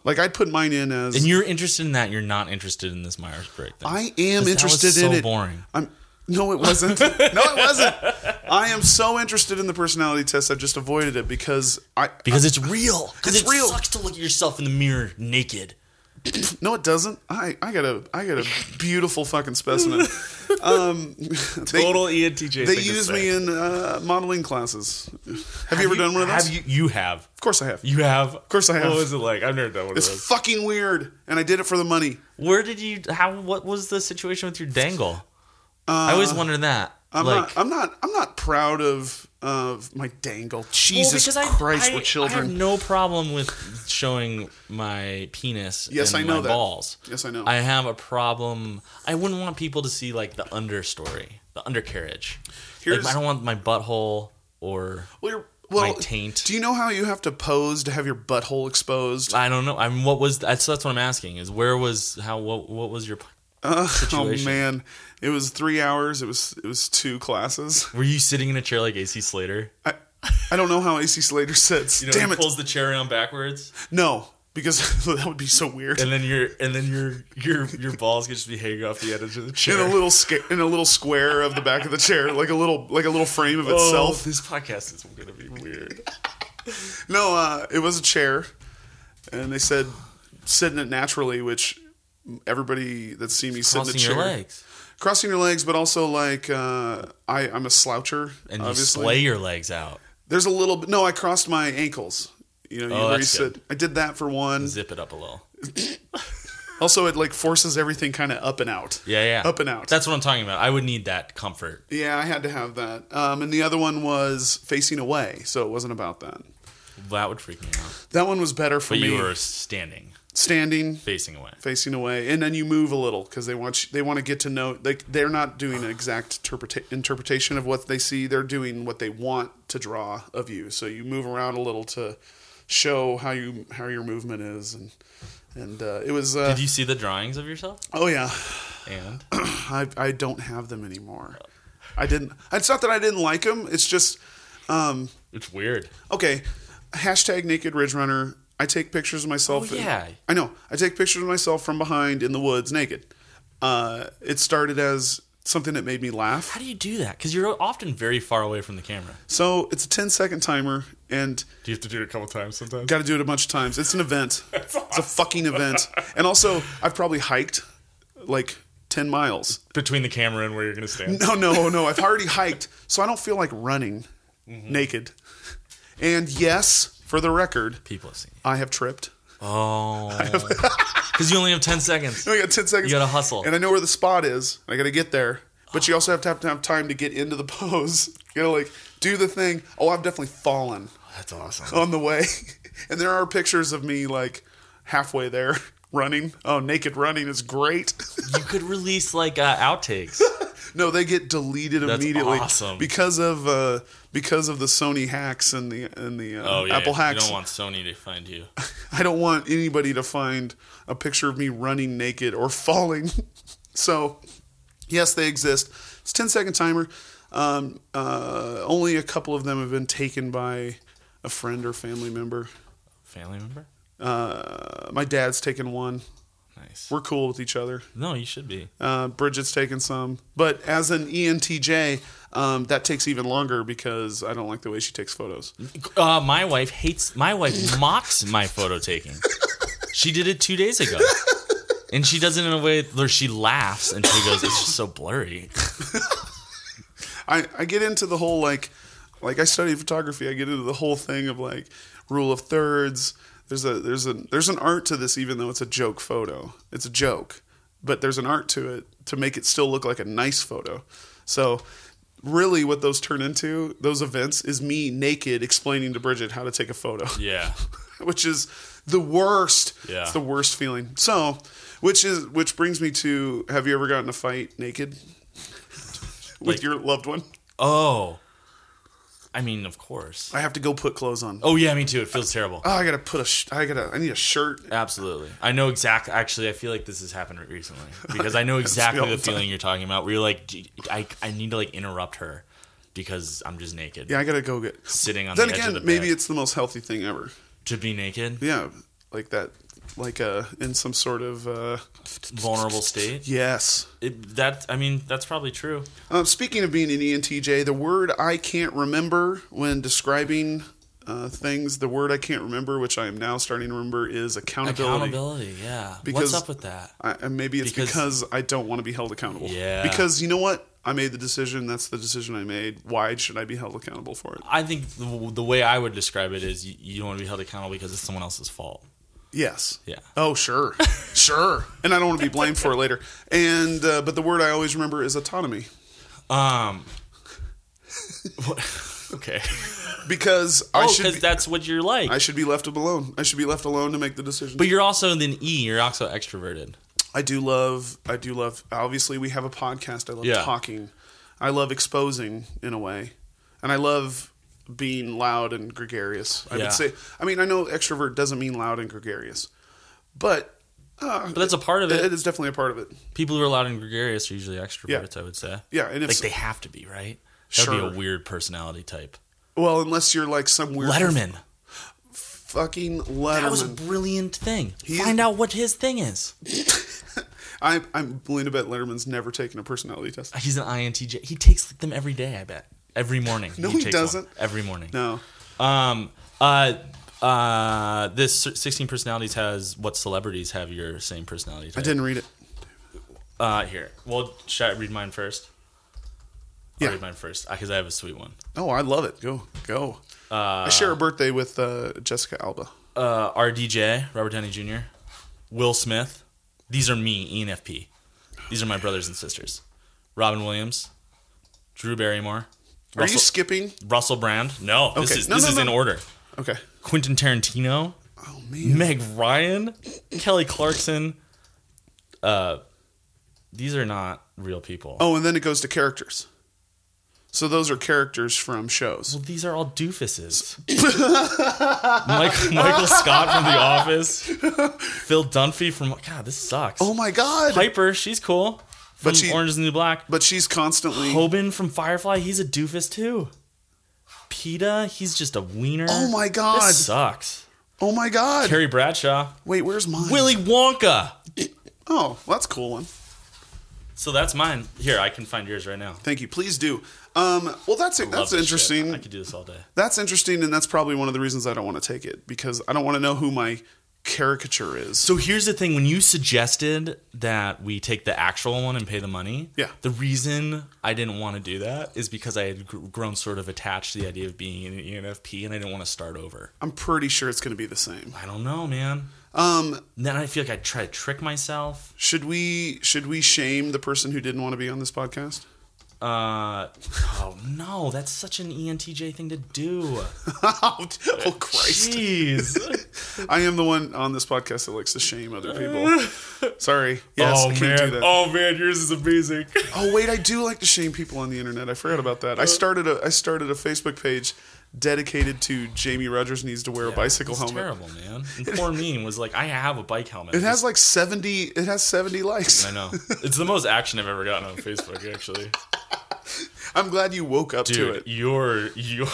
[SPEAKER 3] Like I put mine in as
[SPEAKER 2] and you're interested in that. You're not interested in this Myers Briggs thing.
[SPEAKER 3] I
[SPEAKER 2] 'Cause that
[SPEAKER 3] am
[SPEAKER 2] was
[SPEAKER 3] interested in
[SPEAKER 2] so
[SPEAKER 3] it.
[SPEAKER 2] boring.
[SPEAKER 3] I'm no, it wasn't. no, it wasn't. I am so interested in the personality test. I've just avoided it because I
[SPEAKER 2] Because it's real. Because
[SPEAKER 3] It's
[SPEAKER 2] it
[SPEAKER 3] real.
[SPEAKER 2] sucks to look at yourself in the mirror naked.
[SPEAKER 3] No, it doesn't. I, I got a I got a beautiful fucking specimen. Um, they,
[SPEAKER 2] ENTJ.
[SPEAKER 3] They use me in uh, modeling classes. Have, you ever done one of those?
[SPEAKER 2] Have you? You have.
[SPEAKER 3] Of course I have.
[SPEAKER 2] You have. Of
[SPEAKER 3] course I have.
[SPEAKER 2] What was it like? I've never done one
[SPEAKER 3] it's
[SPEAKER 2] of those.
[SPEAKER 3] fucking weird, and I did it for the money.
[SPEAKER 2] Where did you? How? What was the situation with your dangle? I always wonder that.
[SPEAKER 3] Uh, I'm
[SPEAKER 2] like,
[SPEAKER 3] not. I'm not. I'm not proud of of my dangle.
[SPEAKER 2] Well,
[SPEAKER 3] Jesus
[SPEAKER 2] because I-
[SPEAKER 3] Christ,
[SPEAKER 2] I, I
[SPEAKER 3] we're
[SPEAKER 2] have
[SPEAKER 3] children.
[SPEAKER 2] no problem with showing my penis.
[SPEAKER 3] Yes,
[SPEAKER 2] and
[SPEAKER 3] I know
[SPEAKER 2] my
[SPEAKER 3] that.
[SPEAKER 2] balls.
[SPEAKER 3] Yes, I know.
[SPEAKER 2] I have a problem. I wouldn't want people to see like the understory, the undercarriage.
[SPEAKER 3] Here's-
[SPEAKER 2] like, I don't want my butthole or.
[SPEAKER 3] well, you're- well,
[SPEAKER 2] my taint.
[SPEAKER 3] Do you know how you have to pose to have your butthole exposed?
[SPEAKER 2] I don't know. I mean, what was that's that's what I'm asking is where was how what what was your
[SPEAKER 3] Uh, oh
[SPEAKER 2] situation.
[SPEAKER 3] man, it was three hours. It was it was two classes.
[SPEAKER 2] were you sitting in a chair like AC Slater?
[SPEAKER 3] I, I don't know how AC Slater sits.
[SPEAKER 2] You know,
[SPEAKER 3] Damn
[SPEAKER 2] he
[SPEAKER 3] it.
[SPEAKER 2] pulls the chair around backwards,
[SPEAKER 3] No, because that would be so weird.
[SPEAKER 2] and then your and then your your your balls could just be hanging off the edge of the chair.
[SPEAKER 3] in a little sca- in a little square of the back of the chair, like a little like a little frame of
[SPEAKER 2] Oh,
[SPEAKER 3] itself.
[SPEAKER 2] this podcast is gonna be weird.
[SPEAKER 3] No, uh, it was a chair, and they said sit in it naturally, which everybody that's seen me sit in a
[SPEAKER 2] Crossing
[SPEAKER 3] chair,
[SPEAKER 2] your legs
[SPEAKER 3] crossing your legs, but also like uh, I I'm a sloucher,
[SPEAKER 2] and
[SPEAKER 3] obviously.
[SPEAKER 2] you splay your legs out,
[SPEAKER 3] There's a little bit. No, I crossed my ankles. You know, you
[SPEAKER 2] Oh,
[SPEAKER 3] where you
[SPEAKER 2] that's
[SPEAKER 3] sit.
[SPEAKER 2] good.
[SPEAKER 3] I did that for one.
[SPEAKER 2] zip it up a little.
[SPEAKER 3] Also, it like forces everything kind of up and out.
[SPEAKER 2] Yeah, yeah.
[SPEAKER 3] Up and out.
[SPEAKER 2] That's what I'm talking about. I would need that comfort.
[SPEAKER 3] Yeah, I had to have that. Um, and the other one was facing away, so it wasn't about that.
[SPEAKER 2] That would freak me out.
[SPEAKER 3] That one was better for
[SPEAKER 2] But
[SPEAKER 3] me.
[SPEAKER 2] you were standing,
[SPEAKER 3] standing,
[SPEAKER 2] facing away.
[SPEAKER 3] facing away, and then you move a little because they want you, they want to get to know. They they're not doing an exact interpreta- interpretation of what they see. They're doing what they want to draw of you. So you move around a little to show how you how your movement is, and and uh, it was. Uh,
[SPEAKER 2] Did you see the drawings of yourself?
[SPEAKER 3] oh yeah,
[SPEAKER 2] And
[SPEAKER 3] I I don't have them anymore. I didn't. It's not that I didn't like them. It's just. Um,
[SPEAKER 2] it's weird.
[SPEAKER 3] okay, hashtag naked ridge runner. I take pictures of myself.
[SPEAKER 2] Oh, yeah.
[SPEAKER 3] in, I know. I take pictures of myself from behind in the woods naked. Uh, it started as something that made me laugh.
[SPEAKER 2] How do you do that? Because you're often very far away from the camera.
[SPEAKER 3] So it's a 10 second timer, and
[SPEAKER 2] Do you have to do it a couple times sometimes?
[SPEAKER 3] got to do it a bunch of times. It's an event. It's a fucking event. And also, I've probably hiked like 10 miles.
[SPEAKER 2] Between the camera and where you're gonna stand.
[SPEAKER 3] No, no, no. I've already hiked, so I don't feel like running
[SPEAKER 2] Mm-hmm.
[SPEAKER 3] naked. And yes, for the record,
[SPEAKER 2] People have seen you.
[SPEAKER 3] I have tripped.
[SPEAKER 2] Oh. Because you only have 10 seconds.
[SPEAKER 3] I got ten seconds.
[SPEAKER 2] You gotta hustle.
[SPEAKER 3] and I know where the spot is. And I gotta get there, but you also have to have, to have time to get into the pose. You gotta like do the thing. Oh, I've definitely fallen
[SPEAKER 4] That's awesome.
[SPEAKER 2] Oh.
[SPEAKER 3] on the way, and there are pictures of me like halfway there running. Oh, naked running is great.
[SPEAKER 2] You could release like uh, outtakes.
[SPEAKER 3] no, they get deleted
[SPEAKER 2] That's
[SPEAKER 3] immediately
[SPEAKER 2] awesome.
[SPEAKER 3] because of uh, because of the Sony hacks and the and the uh,
[SPEAKER 2] Oh, yeah.
[SPEAKER 3] Apple hacks.
[SPEAKER 2] You don't want Sony to find you.
[SPEAKER 3] I don't want anybody to find a picture of me running naked or falling. so, yes, they exist. It's a 10 second timer. Um, uh, only a couple of them have been taken by a friend or family member.
[SPEAKER 2] Family member?
[SPEAKER 3] Uh, my dad's taken one.
[SPEAKER 2] Nice.
[SPEAKER 3] We're cool with each other.
[SPEAKER 2] No, you should be.
[SPEAKER 3] Uh, Bridget's taken some. But as an E ENTJ, um, that takes even longer because I don't like the way she takes photos.
[SPEAKER 2] Uh, my wife hates. My wife mocks my photo taking. She did it two days ago, and she does it in a way where she laughs and she goes, "It's just so blurry."
[SPEAKER 3] I, I get into the whole like like I study photography. I get into the whole thing of like rule of thirds. There's a there's a there's an art to this, even though it's a joke photo. It's a joke, but there's an art to it to make it still look like a nice photo. So really, what those turn into those events is me naked explaining to Bridget how to take a photo
[SPEAKER 2] Yeah,
[SPEAKER 3] which is the worst.
[SPEAKER 2] Yeah.
[SPEAKER 3] It's the worst feeling. So, which is which brings me to have you ever gotten in a fight naked with
[SPEAKER 2] Like-
[SPEAKER 3] your loved one?
[SPEAKER 2] Oh, I mean, of course.
[SPEAKER 3] I have to go put clothes on. Oh,
[SPEAKER 2] Oh yeah, me too. It feels terrible.
[SPEAKER 3] I gotta put a. Sh- I gotta. I need a shirt.
[SPEAKER 2] Absolutely. I know exactly. Actually, I feel like this has happened recently because I know exactly
[SPEAKER 3] all
[SPEAKER 2] the
[SPEAKER 3] the time.
[SPEAKER 2] feeling you're talking about. Where you're like, "Gee, I, I need to like interrupt her because I'm just naked,
[SPEAKER 3] Yeah, I gotta go get.
[SPEAKER 2] sitting on
[SPEAKER 3] then
[SPEAKER 2] the edge
[SPEAKER 3] again,
[SPEAKER 2] of the
[SPEAKER 3] maybe
[SPEAKER 2] bed.
[SPEAKER 3] it's the most healthy thing ever.
[SPEAKER 2] to be naked,
[SPEAKER 3] Yeah, like that. Like uh, in some sort of uh,
[SPEAKER 2] vulnerable state.
[SPEAKER 3] yes.
[SPEAKER 2] It, that I mean, that's probably true.
[SPEAKER 3] Um, speaking of being an ENTJ, the word I can't remember when describing uh, things, the word I can't remember, which I am now starting to remember, is accountability.
[SPEAKER 2] Accountability, yeah.
[SPEAKER 3] Because-
[SPEAKER 2] What's up with that?
[SPEAKER 3] I, and maybe it's
[SPEAKER 2] Because-
[SPEAKER 3] because, I don't want to be held accountable.
[SPEAKER 2] Yeah.
[SPEAKER 3] Because you know what? I made the decision. That's the decision I made. Why should I be held accountable for it?
[SPEAKER 2] I think the, the way I would describe it is you, you don't want to be held accountable because it's someone else's fault.
[SPEAKER 3] Yes.
[SPEAKER 2] Yeah.
[SPEAKER 3] Oh, sure. sure. And I don't want to be blamed for it later. And uh, but the word I always remember is autonomy.
[SPEAKER 2] Um. what- okay.
[SPEAKER 3] Because I
[SPEAKER 2] Oh,
[SPEAKER 3] should
[SPEAKER 2] because
[SPEAKER 3] be,
[SPEAKER 2] that's what you're like.
[SPEAKER 3] I should be left alone. I should be left alone to make the decision.
[SPEAKER 2] but you're also an E. You're also extroverted.
[SPEAKER 3] I do love I do love obviously we have a podcast. I love
[SPEAKER 2] Yeah.
[SPEAKER 3] talking. I love exposing in a way. And I love being loud and gregarious. I
[SPEAKER 2] Yeah.
[SPEAKER 3] would say I mean I know extrovert doesn't mean loud and gregarious. But Uh,
[SPEAKER 2] But that's a part of it.
[SPEAKER 3] it is definitely a part of it.
[SPEAKER 2] People who are loud and gregarious are usually extroverts. I would say.
[SPEAKER 3] Yeah, and if
[SPEAKER 2] Like they have to be, right? That'd
[SPEAKER 3] Sure.
[SPEAKER 2] be a weird personality type.
[SPEAKER 3] well unless you're like some weird
[SPEAKER 2] Letterman.
[SPEAKER 3] fucking
[SPEAKER 2] That was a
[SPEAKER 3] Letterman.
[SPEAKER 2] brilliant thing.
[SPEAKER 3] He's-
[SPEAKER 2] Find out what his thing is.
[SPEAKER 3] I I'm willing to bet Letterman's never taken a personality test.
[SPEAKER 2] He's an INTJ. He takes them every day. I bet every morning.
[SPEAKER 3] No, he
[SPEAKER 2] takes one.
[SPEAKER 3] doesn't.
[SPEAKER 2] Every morning.
[SPEAKER 3] No.
[SPEAKER 2] Um. Uh. Uh. This sixteen personalities has what celebrities have your same personality
[SPEAKER 3] I
[SPEAKER 2] type?
[SPEAKER 3] didn't read it.
[SPEAKER 2] Uh. Here. Well, should I read mine first? I'll
[SPEAKER 3] Yeah.
[SPEAKER 2] read mine first because I have a sweet one.
[SPEAKER 3] Oh, I love it. Go. Go. I share a birthday with uh, Jessica Alba.
[SPEAKER 2] Uh. RDJ. Robert Downey Jr. Will Smith. These are me. E ENFP. These are my brothers and sisters. Robin Williams. Drew Barrymore.
[SPEAKER 3] Are you
[SPEAKER 2] Russell-
[SPEAKER 3] skipping?
[SPEAKER 2] Russell Brand. No. This
[SPEAKER 3] Okay.
[SPEAKER 2] is
[SPEAKER 3] No,
[SPEAKER 2] this
[SPEAKER 3] no,
[SPEAKER 2] is
[SPEAKER 3] no.
[SPEAKER 2] in order.
[SPEAKER 3] Okay.
[SPEAKER 2] Quentin Tarantino.
[SPEAKER 3] Oh man.
[SPEAKER 2] Meg Ryan, Kelly Clarkson. Uh, these are not real people.
[SPEAKER 3] Oh, and then it goes to characters. So those are characters from shows.
[SPEAKER 2] Well, these are all doofuses. Mike, Michael Scott from The Office. Phil Dunphy from God. This sucks.
[SPEAKER 3] Oh my god!
[SPEAKER 2] Piper, she's cool. From
[SPEAKER 3] But she-
[SPEAKER 2] Orange is the New Black.
[SPEAKER 3] But she's constantly.
[SPEAKER 2] Hoban from Firefly. He's a doofus too. Peta, he's just a wiener.
[SPEAKER 3] Oh my god!
[SPEAKER 2] This sucks.
[SPEAKER 3] Oh my god!
[SPEAKER 2] Carrie Bradshaw.
[SPEAKER 3] Wait, where's mine?
[SPEAKER 2] Willy Wonka.
[SPEAKER 3] Oh, well, that's a cool one.
[SPEAKER 2] So that's mine. Here, I can find yours right now.
[SPEAKER 3] Thank you. Please do. Um, well, that's
[SPEAKER 2] Love this
[SPEAKER 3] that's
[SPEAKER 2] shit.
[SPEAKER 3] interesting.
[SPEAKER 2] I could do this all day.
[SPEAKER 3] That's interesting, and that's probably one of the reasons I don't want to take it because I don't want to know who my caricature is.
[SPEAKER 2] So here's the thing: when you suggested that we take the actual one and pay the money,
[SPEAKER 3] Yeah.
[SPEAKER 2] the reason I didn't want to do that is because I had gr- grown sort of attached to the E idea of being an ENFP, and I didn't want to start over.
[SPEAKER 3] I'm pretty sure it's going to be the same.
[SPEAKER 2] I don't know, man.
[SPEAKER 3] Um,
[SPEAKER 2] And then I feel like I try to trick myself.
[SPEAKER 3] should we should we shame the person who didn't want to be on this podcast?
[SPEAKER 2] Uh, oh no, that's such an E ENTJ thing to do.
[SPEAKER 3] oh, oh Christ!
[SPEAKER 2] Jeez.
[SPEAKER 3] I am the one on this podcast that likes to shame other people. Sorry. Yes, I can't do that.
[SPEAKER 2] Oh man, yours is amazing.
[SPEAKER 3] Oh wait, I do like to shame people on the internet. I forgot about
[SPEAKER 2] Uh.
[SPEAKER 3] that. I started a I started a Facebook page dedicated to Jamie Rogers needs to wear a bicycle
[SPEAKER 2] it's
[SPEAKER 3] helmet.
[SPEAKER 2] Terrible, man. And poor me was like, I have a bike helmet.
[SPEAKER 3] It has like seventy. It has seventy likes.
[SPEAKER 2] I know. It's the most action I've ever gotten on Facebook, actually.
[SPEAKER 3] I'm glad you woke up to
[SPEAKER 2] Dude,
[SPEAKER 3] it.
[SPEAKER 2] you're you're.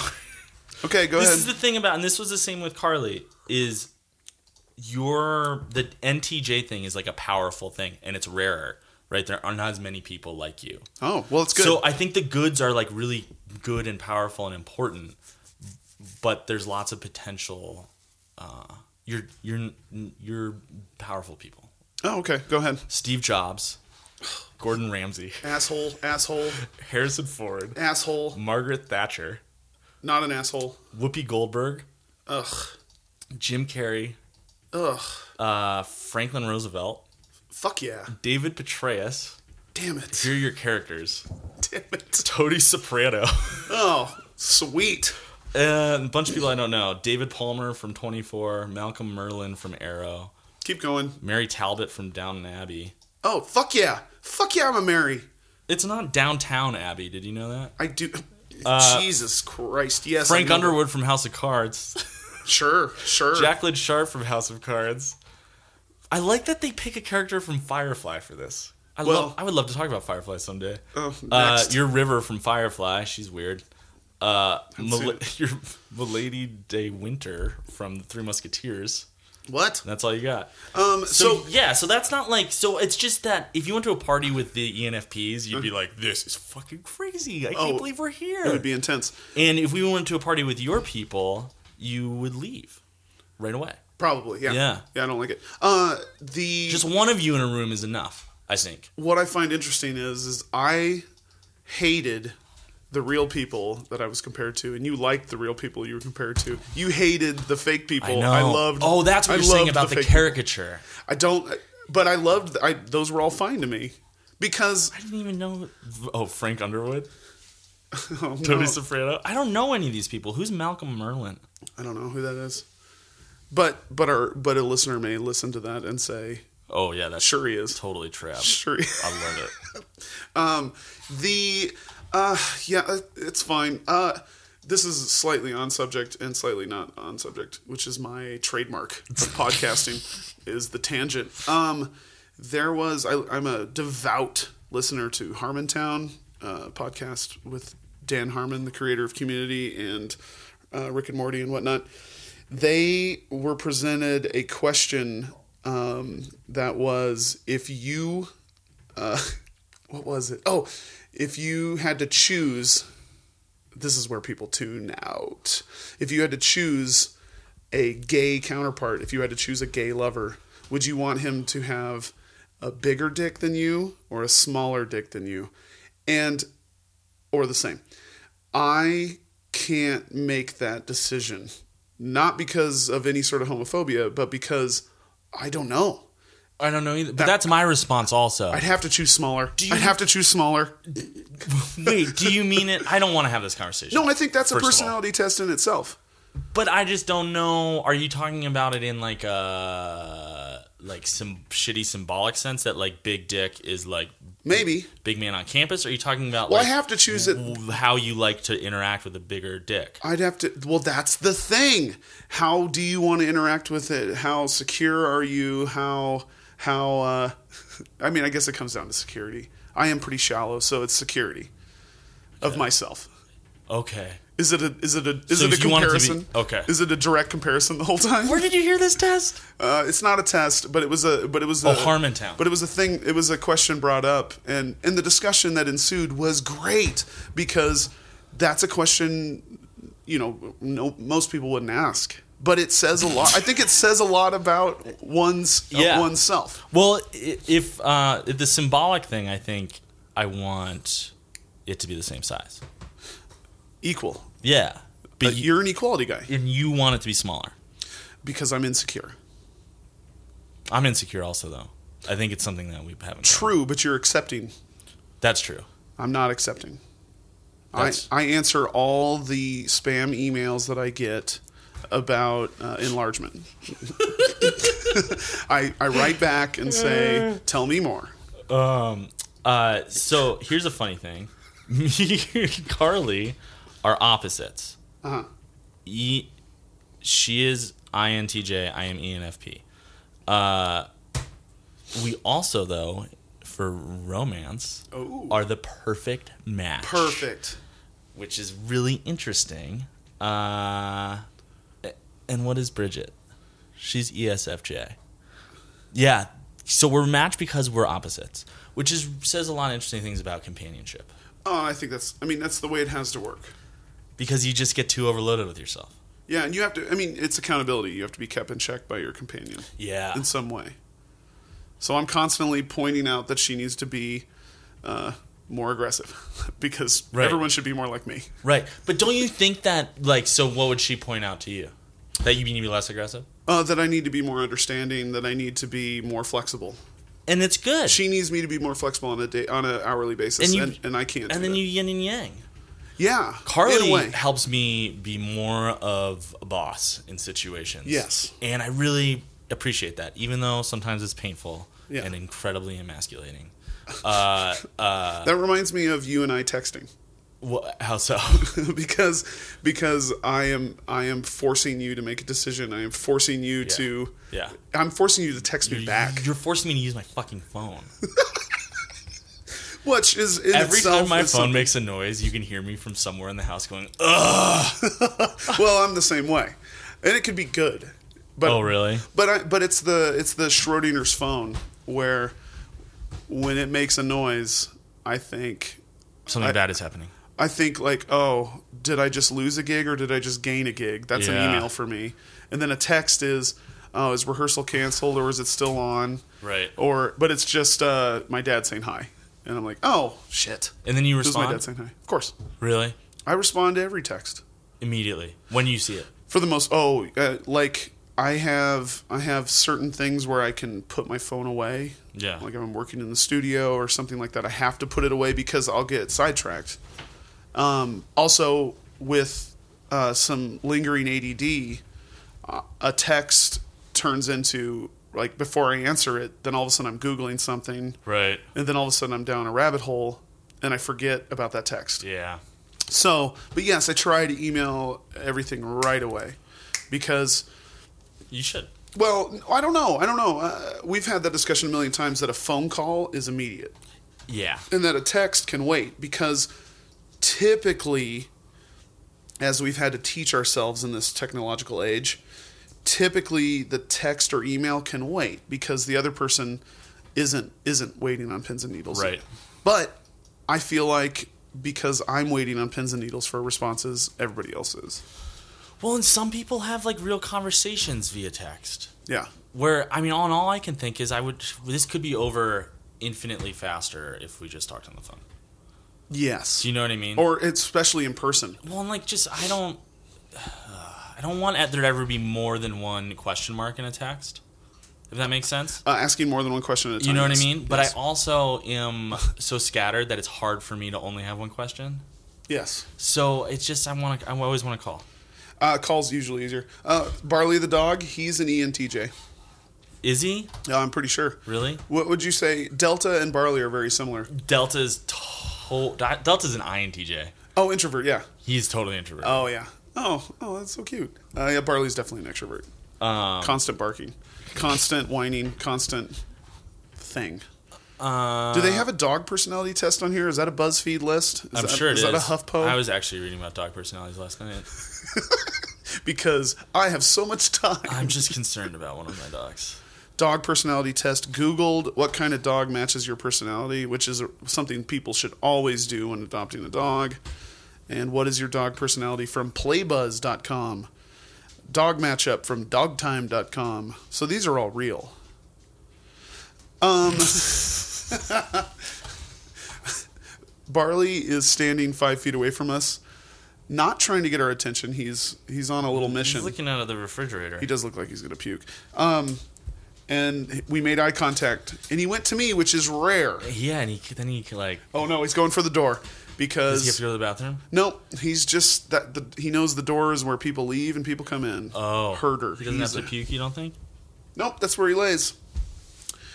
[SPEAKER 3] Okay, go
[SPEAKER 2] This
[SPEAKER 3] ahead.
[SPEAKER 2] is the thing about, and this was the same with Carly. Is your the NTJ thing is like a powerful thing, and it's rarer, right? There are not as many people like you.
[SPEAKER 3] oh well, it's good.
[SPEAKER 2] So I think the goods are like really good and powerful and important, but there's lots of potential. Uh, you're you're you're powerful people.
[SPEAKER 3] oh okay, go ahead.
[SPEAKER 2] Steve Jobs, Gordon Ramsay,
[SPEAKER 3] Asshole, asshole,
[SPEAKER 2] Harrison Ford,
[SPEAKER 3] asshole.
[SPEAKER 2] Margaret Thatcher,
[SPEAKER 3] Not an asshole.
[SPEAKER 2] Whoopi Goldberg,
[SPEAKER 3] Ugh,
[SPEAKER 2] Jim Carrey,
[SPEAKER 3] ugh.
[SPEAKER 2] uh, Franklin Roosevelt,
[SPEAKER 3] Fuck yeah.
[SPEAKER 2] David Petraeus.
[SPEAKER 3] Damn it.
[SPEAKER 2] Here are your characters:
[SPEAKER 3] Damn it.
[SPEAKER 2] Tony Soprano,
[SPEAKER 3] Oh, sweet.
[SPEAKER 2] and a bunch of people I don't know. David Palmer from Twenty Four, Malcolm Merlin from Arrow.
[SPEAKER 3] Keep going.
[SPEAKER 2] Mary Talbot from Downton Abbey.
[SPEAKER 3] Oh fuck yeah. Fuck yeah. I'm a Mary.
[SPEAKER 2] It's not Downtown Abbey. Did you know that?
[SPEAKER 3] I do. Jesus Christ. Yes.
[SPEAKER 2] Uh, Frank
[SPEAKER 3] I know.
[SPEAKER 2] Underwood from House of Cards.
[SPEAKER 3] Sure. Sure.
[SPEAKER 2] Jacqueline Sharp from House of Cards. I like that they pick a character from Firefly for this. I
[SPEAKER 3] Well-
[SPEAKER 2] love. I would love to talk about Firefly someday.
[SPEAKER 3] Oh,
[SPEAKER 2] uh,
[SPEAKER 3] next.
[SPEAKER 2] your River from Firefly. She's weird. Uh, Mil-
[SPEAKER 3] seen
[SPEAKER 2] your Milady de Winter from The Three Musketeers.
[SPEAKER 3] what?
[SPEAKER 2] That's all you got. So,
[SPEAKER 3] Um. So.
[SPEAKER 2] yeah, so that's not like so. It's just that if you went to a party with the E ENFPs, you'd be like, "This is fucking crazy! I can't
[SPEAKER 3] Uh-huh. Oh,
[SPEAKER 2] believe we're here."
[SPEAKER 3] it would be intense.
[SPEAKER 2] and if we went to a party with your people, you would leave right away.
[SPEAKER 3] Probably. Yeah.
[SPEAKER 2] Yeah.
[SPEAKER 3] Yeah. I don't like it. Uh. The
[SPEAKER 2] Just one of you in a room is enough, I think.
[SPEAKER 3] what I find interesting is is I hated the real people that I was compared to, and you liked the real people you were compared to. You hated the fake people. I, loved.
[SPEAKER 2] Oh, that's what
[SPEAKER 3] I
[SPEAKER 2] you're saying
[SPEAKER 3] loved
[SPEAKER 2] about the,
[SPEAKER 3] fake people.
[SPEAKER 2] caricature.
[SPEAKER 3] I don't. But I loved. I those were all fine to me because
[SPEAKER 2] I didn't even know. Oh, Frank Underwood,
[SPEAKER 3] oh, no,
[SPEAKER 2] Tony Soprano. I don't know any of these people. Who's Malcolm Merlin?
[SPEAKER 3] I don't know who that is. But but our but a listener may listen to that and say
[SPEAKER 2] Oh yeah, that's
[SPEAKER 3] sure he is
[SPEAKER 2] totally trap.
[SPEAKER 3] sure. He
[SPEAKER 2] I love it.
[SPEAKER 3] Um, the uh, yeah, uh, it's fine. Uh, this is slightly on subject and slightly not on subject, which is my trademark of podcasting is the tangent. Um, there was I, I'm a devout listener to Harmontown uh, podcast with Dan Harmon, the creator of Community and uh, Rick and Morty and whatnot. They were presented a question um, that was if you uh, what was it? Oh, if you had to choose, this is where people tune out. If you had to choose a gay counterpart, if you had to choose a gay lover, would you want him to have a bigger dick than you or a smaller dick than you? And, or the same. I can't make that decision. Not because of any sort of homophobia, but because I don't know.
[SPEAKER 2] I don't know either. But that's my response also.
[SPEAKER 3] I'd have to choose smaller. I'd have to choose smaller.
[SPEAKER 2] Wait, do you mean it? I don't want to have this conversation.
[SPEAKER 3] No, I think that's a
[SPEAKER 2] First of all.
[SPEAKER 3] personality test in itself.
[SPEAKER 2] But I just don't know. Are you talking about it in like a like some shitty symbolic sense that like big dick is like
[SPEAKER 3] Maybe.
[SPEAKER 2] big man on campus? Or are you talking about
[SPEAKER 3] Well,
[SPEAKER 2] like
[SPEAKER 3] I have to choose it.
[SPEAKER 2] w- how you like to interact with a bigger dick?
[SPEAKER 3] I'd have to. Well, that's the thing. How do you want to interact with it? How secure are you? How how? Uh, I mean, I guess it comes down to security. I am pretty shallow, so it's security of myself.
[SPEAKER 2] Okay.
[SPEAKER 3] Is it a is it a is
[SPEAKER 2] So
[SPEAKER 3] it a
[SPEAKER 2] you want it to be-
[SPEAKER 3] comparison?
[SPEAKER 2] okay.
[SPEAKER 3] Is it a direct comparison the whole time?
[SPEAKER 2] Where did you hear this test?
[SPEAKER 3] Uh, it's not a test, but it was a but it was a,
[SPEAKER 2] Oh, Harmontown.
[SPEAKER 3] But it was a thing. It was a question brought up, and and the discussion that ensued was great because that's a question you know no most people wouldn't ask, but it says a lot. I think it says a lot about one's
[SPEAKER 2] Yeah.
[SPEAKER 3] one's self.
[SPEAKER 2] Well, i- if uh, the symbolic thing, I think I want it to be the same size.
[SPEAKER 3] Equal.
[SPEAKER 2] Yeah, but
[SPEAKER 3] But
[SPEAKER 2] you,
[SPEAKER 3] you're an equality guy
[SPEAKER 2] and you want it to be smaller.
[SPEAKER 3] because I'm insecure.
[SPEAKER 2] I'm insecure also though. I think it's something that we haven't.
[SPEAKER 3] True, but you're accepting.
[SPEAKER 2] That's true.
[SPEAKER 3] I'm not accepting. I,
[SPEAKER 2] That's-
[SPEAKER 3] I answer all the spam emails that I get about uh, enlargement. I, I write back and say, tell me more.
[SPEAKER 2] Uh, so here's a funny thing. Me and Carly are opposites.
[SPEAKER 3] Uh-huh.
[SPEAKER 2] E, she is INTJ. I E am ENFP. Uh, we also though, for romance,
[SPEAKER 3] Ooh.
[SPEAKER 2] are the perfect match.
[SPEAKER 3] Perfect.
[SPEAKER 2] which is really interesting. Uh, and what is Bridget? She's E ESFJ. Yeah, so we're matched because we're opposites, which is says a lot of interesting things about companionship.
[SPEAKER 3] Oh, I think that's, I mean, that's the way it has to work.
[SPEAKER 2] Because you just get too overloaded with yourself.
[SPEAKER 3] Yeah, and you have to, I mean, it's accountability. You have to be kept in check by your companion.
[SPEAKER 2] Yeah,
[SPEAKER 3] in some way. So I'm constantly pointing out that she needs to be uh, more aggressive because
[SPEAKER 2] Right.
[SPEAKER 3] everyone should be more like me.
[SPEAKER 2] right. But don't you think that like so? What would she point out to you? That you need to be less aggressive,
[SPEAKER 3] Uh, that I need to be more understanding. That I need to be more flexible.
[SPEAKER 2] and it's good.
[SPEAKER 3] She needs me to be more flexible on a day on an hourly basis,
[SPEAKER 2] And
[SPEAKER 3] and,
[SPEAKER 2] you-
[SPEAKER 3] and, I can't.
[SPEAKER 2] and
[SPEAKER 3] do
[SPEAKER 2] then
[SPEAKER 3] that.
[SPEAKER 2] you yin and yang.
[SPEAKER 3] yeah, in a
[SPEAKER 2] Carly
[SPEAKER 3] way.
[SPEAKER 2] helps me be more of a boss in situations.
[SPEAKER 3] Yes.
[SPEAKER 2] And I really appreciate that, even though sometimes it's painful
[SPEAKER 3] Yeah.
[SPEAKER 2] and incredibly emasculating. Uh, uh,
[SPEAKER 3] that reminds me of you and I texting
[SPEAKER 2] wha- how so?
[SPEAKER 3] because because I am I am forcing you to make a decision. I am forcing you to.
[SPEAKER 2] yeah.
[SPEAKER 3] I'm forcing you to text me back,
[SPEAKER 2] You're forcing me to use my fucking phone.
[SPEAKER 3] which is in
[SPEAKER 2] Every
[SPEAKER 3] itself
[SPEAKER 2] time my
[SPEAKER 3] is
[SPEAKER 2] phone
[SPEAKER 3] something-
[SPEAKER 2] makes a noise, you can hear me from somewhere in the house going, ugh.
[SPEAKER 3] well, I'm the same way, and it could be good. But
[SPEAKER 2] Oh, really?
[SPEAKER 3] But I, but it's the it's the Schrodinger's phone where when it makes a noise, I think
[SPEAKER 2] Something
[SPEAKER 3] I-
[SPEAKER 2] bad is happening.
[SPEAKER 3] I think like oh did I just lose a gig or did I just gain a gig? That's
[SPEAKER 2] Yeah.
[SPEAKER 3] an email for me, and then a text is oh is rehearsal canceled or is it still on?
[SPEAKER 2] Right.
[SPEAKER 3] Or but it's just uh, my dad saying hi, and I'm like oh shit.
[SPEAKER 2] And then you
[SPEAKER 3] Who's my dad
[SPEAKER 2] respond.
[SPEAKER 3] saying hi? Of course,
[SPEAKER 2] Really?
[SPEAKER 3] I respond to every text.
[SPEAKER 2] Immediately. When you see it.
[SPEAKER 3] for the most oh uh, like i have i have certain things where i can put my phone away
[SPEAKER 2] Yeah.
[SPEAKER 3] like if i'm working in the studio or something like that i have to put it away because i'll get sidetracked um, also with uh, some lingering add uh, a text turns into like before i answer it then all of a sudden i'm googling something
[SPEAKER 2] Right.
[SPEAKER 3] and then all of a sudden i'm down a rabbit hole and i forget about that text
[SPEAKER 2] Yeah.
[SPEAKER 3] so, but yes, I try to email everything right away because,
[SPEAKER 2] You should.
[SPEAKER 3] well, I don't know. I don't know. Uh, we've had that discussion a million times that a phone call is immediate
[SPEAKER 2] Yeah.
[SPEAKER 3] and that a text can wait because typically, as we've had to teach ourselves in this technological age, typically the text or email can wait because the other person isn't isn't waiting on pins and needles.
[SPEAKER 2] Right.
[SPEAKER 3] But I feel like because I'm waiting on pins and needles for responses, everybody else is.
[SPEAKER 2] Well, and some people have like real conversations via text.
[SPEAKER 3] Yeah.
[SPEAKER 2] Where I mean, on all I can think is I would this could be over infinitely faster if we just talked on the phone.
[SPEAKER 3] Yes.
[SPEAKER 2] Do you know what I mean?
[SPEAKER 3] or especially in person.
[SPEAKER 2] well, and like just I don't, I don't want there to ever be more than one question mark in a text. If that makes sense.
[SPEAKER 3] Uh, asking more than one question at a time.
[SPEAKER 2] You know what I
[SPEAKER 3] yes.
[SPEAKER 2] mean? But I
[SPEAKER 3] Yes.
[SPEAKER 2] also am so scattered that it's hard for me to only have one question.
[SPEAKER 3] yes.
[SPEAKER 2] So it's just I want to I always want to call.
[SPEAKER 3] Uh, calls usually easier. Uh, Barley the dog, he's an E ENTJ.
[SPEAKER 2] Is he
[SPEAKER 3] Yeah, I'm pretty sure.
[SPEAKER 2] really?
[SPEAKER 3] What would you say? Delta and Barley are very similar.
[SPEAKER 2] Delta's to- Delta's an INTJ.
[SPEAKER 3] Oh, introvert. Yeah.
[SPEAKER 2] He's totally introverted.
[SPEAKER 3] Oh yeah. Oh, oh, that's so cute. Uh, yeah, Barley's definitely an extrovert.
[SPEAKER 2] Um,
[SPEAKER 3] Constant barking, constant whining, constant thing.
[SPEAKER 2] Uh,
[SPEAKER 3] Do they have a dog personality test on here? Is that a BuzzFeed list? Is
[SPEAKER 2] I'm
[SPEAKER 3] that,
[SPEAKER 2] sure it is.
[SPEAKER 3] is that a HuffPo?
[SPEAKER 2] I was actually reading about dog personalities last night.
[SPEAKER 3] because I have so much time.
[SPEAKER 2] I'm just concerned about one of my dogs.
[SPEAKER 3] dog personality test googled what kind of dog matches your personality which is something people should always do when adopting a dog and what is your dog personality from playbuzz.com dog matchup from dogtime.com so these are all real um barley is standing five feet away from us not trying to get our attention he's he's on a little mission
[SPEAKER 2] He's looking out of the refrigerator.
[SPEAKER 3] he does look like he's gonna puke. Um, and we made eye contact, and he went to me, which is rare.
[SPEAKER 2] Yeah, and he then he like
[SPEAKER 3] Oh no, he's going for the door
[SPEAKER 2] does he have
[SPEAKER 3] because
[SPEAKER 2] to go to the bathroom?
[SPEAKER 3] no, he's just that the, he knows the door is where people leave and people come in.
[SPEAKER 2] Oh,
[SPEAKER 3] herder.
[SPEAKER 2] He doesn't
[SPEAKER 3] He's
[SPEAKER 2] have
[SPEAKER 3] a-
[SPEAKER 2] to puke. You don't think?
[SPEAKER 3] Nope, that's where he lays.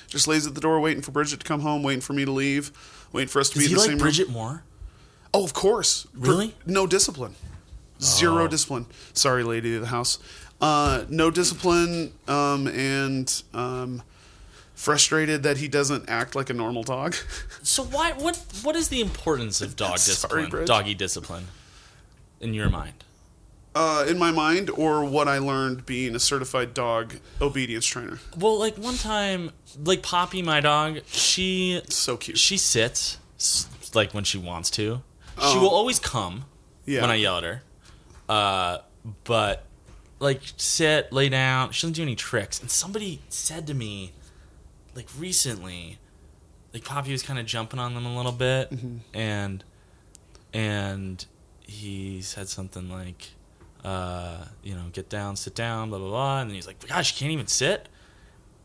[SPEAKER 3] Just lays at the door, waiting for Bridget to come home, waiting for me to leave, waiting for us to
[SPEAKER 2] Does
[SPEAKER 3] be
[SPEAKER 2] he
[SPEAKER 3] in the
[SPEAKER 2] like
[SPEAKER 3] same
[SPEAKER 2] Bridget Moore?
[SPEAKER 3] room. Oh, of course. Br-
[SPEAKER 2] Really? Oh.
[SPEAKER 3] no discipline. Zero discipline. Sorry, lady of the house. Uh, no discipline, um, and um, frustrated that he doesn't act like a normal dog.
[SPEAKER 2] So why? What? What is the importance of dog
[SPEAKER 3] Sorry,
[SPEAKER 2] discipline?
[SPEAKER 3] Bridge.
[SPEAKER 2] Doggy discipline, in your mind?
[SPEAKER 3] uh, in my mind, or what I learned being a certified dog obedience trainer.
[SPEAKER 2] Well, like one time, like Poppy, my dog, she
[SPEAKER 3] So cute.
[SPEAKER 2] she sits s- like when she wants to.
[SPEAKER 3] Oh.
[SPEAKER 2] She will always come
[SPEAKER 3] Yeah.
[SPEAKER 2] when I yell at her, uh, but like sit, lay down. She doesn't do any tricks. And somebody said to me, like recently, like Poppy was kind of jumping on them a little bit,
[SPEAKER 3] Mm-hmm.
[SPEAKER 2] and and he said something like, uh, you know, get down, sit down, blah blah blah. And then he's like, gosh, she can't even sit.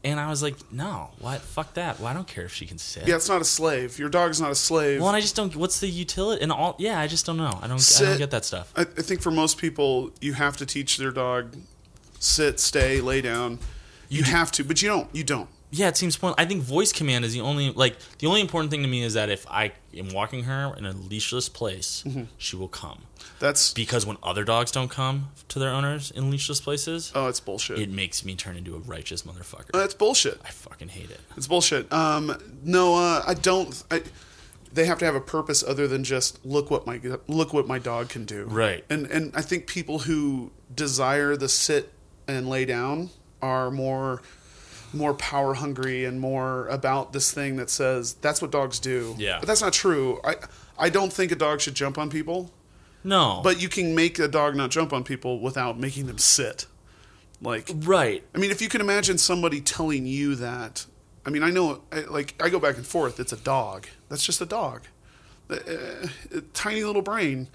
[SPEAKER 2] And I was like, no, what? Fuck that. Well, I don't care if she can sit.
[SPEAKER 3] Yeah, it's not a slave. Your dog's not a slave.
[SPEAKER 2] Well, and I just don't. What's the utility? And all. Yeah, I just don't know. I don't. I
[SPEAKER 3] Sit.
[SPEAKER 2] don't get that stuff.
[SPEAKER 3] I, I think for most people, you have to teach their dog sit, stay, lay down. You, have to, but you don't. You don't.
[SPEAKER 2] Yeah, it seems pointless. I think voice command is the only like the only important thing to me is that if I am walking her in a leashless place,
[SPEAKER 3] Mm-hmm.
[SPEAKER 2] she will come.
[SPEAKER 3] That's
[SPEAKER 2] Because when other dogs don't come to their owners in leashless places,
[SPEAKER 3] oh, it's bullshit.
[SPEAKER 2] it makes me turn into a righteous motherfucker.
[SPEAKER 3] that's bullshit.
[SPEAKER 2] I fucking hate it.
[SPEAKER 3] It's bullshit. Um, no, uh, I don't. I, they have to have a purpose other than just look what my look what my dog can do.
[SPEAKER 2] Right.
[SPEAKER 3] And and I think people who desire the sit and lay down are more more power hungry and more about this thing that says that's what dogs do.
[SPEAKER 2] Yeah.
[SPEAKER 3] But that's not true. I I don't think a dog should jump on people.
[SPEAKER 2] No,
[SPEAKER 3] But you can make a dog not jump on people without making them sit. Like,
[SPEAKER 2] right.
[SPEAKER 3] I mean, if you can imagine somebody telling you that, I mean, I know, I, like, I go back and forth. It's a dog. That's just a dog. Uh, a tiny little brain.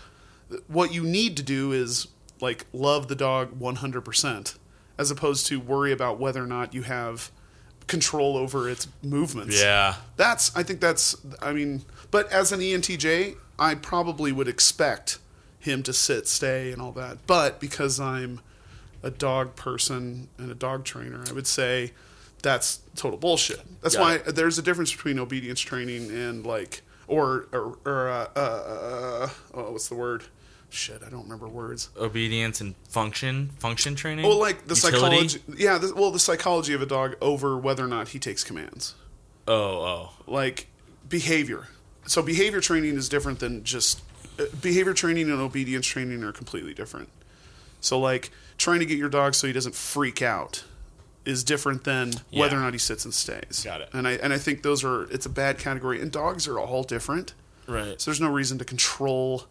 [SPEAKER 3] What you need to do is, like, love the dog 100%, as opposed to worry about whether or not you have control over its movements.
[SPEAKER 2] Yeah,
[SPEAKER 3] That's I think that's I mean, but as an E ENTJ, I probably would expect him to sit, stay, and all that. But because I'm a dog person and a dog trainer, I would say that's total bullshit. That's
[SPEAKER 2] Got
[SPEAKER 3] why
[SPEAKER 2] it.
[SPEAKER 3] there's a difference between obedience training and like or or, or uh, uh, oh, what's the word? Shit, I don't remember words.
[SPEAKER 2] obedience and function, function training.
[SPEAKER 3] Well, Oh, like the
[SPEAKER 2] Utility?
[SPEAKER 3] psychology, yeah. The, well, the psychology of a dog over whether or not he takes commands.
[SPEAKER 2] Oh, oh,
[SPEAKER 3] like behavior. So behavior training is different than just uh, behavior training and obedience training are completely different. So like trying to get your dog so he doesn't freak out is different than whether or
[SPEAKER 2] Yeah.
[SPEAKER 3] not he sits and stays.
[SPEAKER 2] Got it.
[SPEAKER 3] And I and I think those are it's a bad category and dogs are all different.
[SPEAKER 2] right.
[SPEAKER 3] So there's no reason to control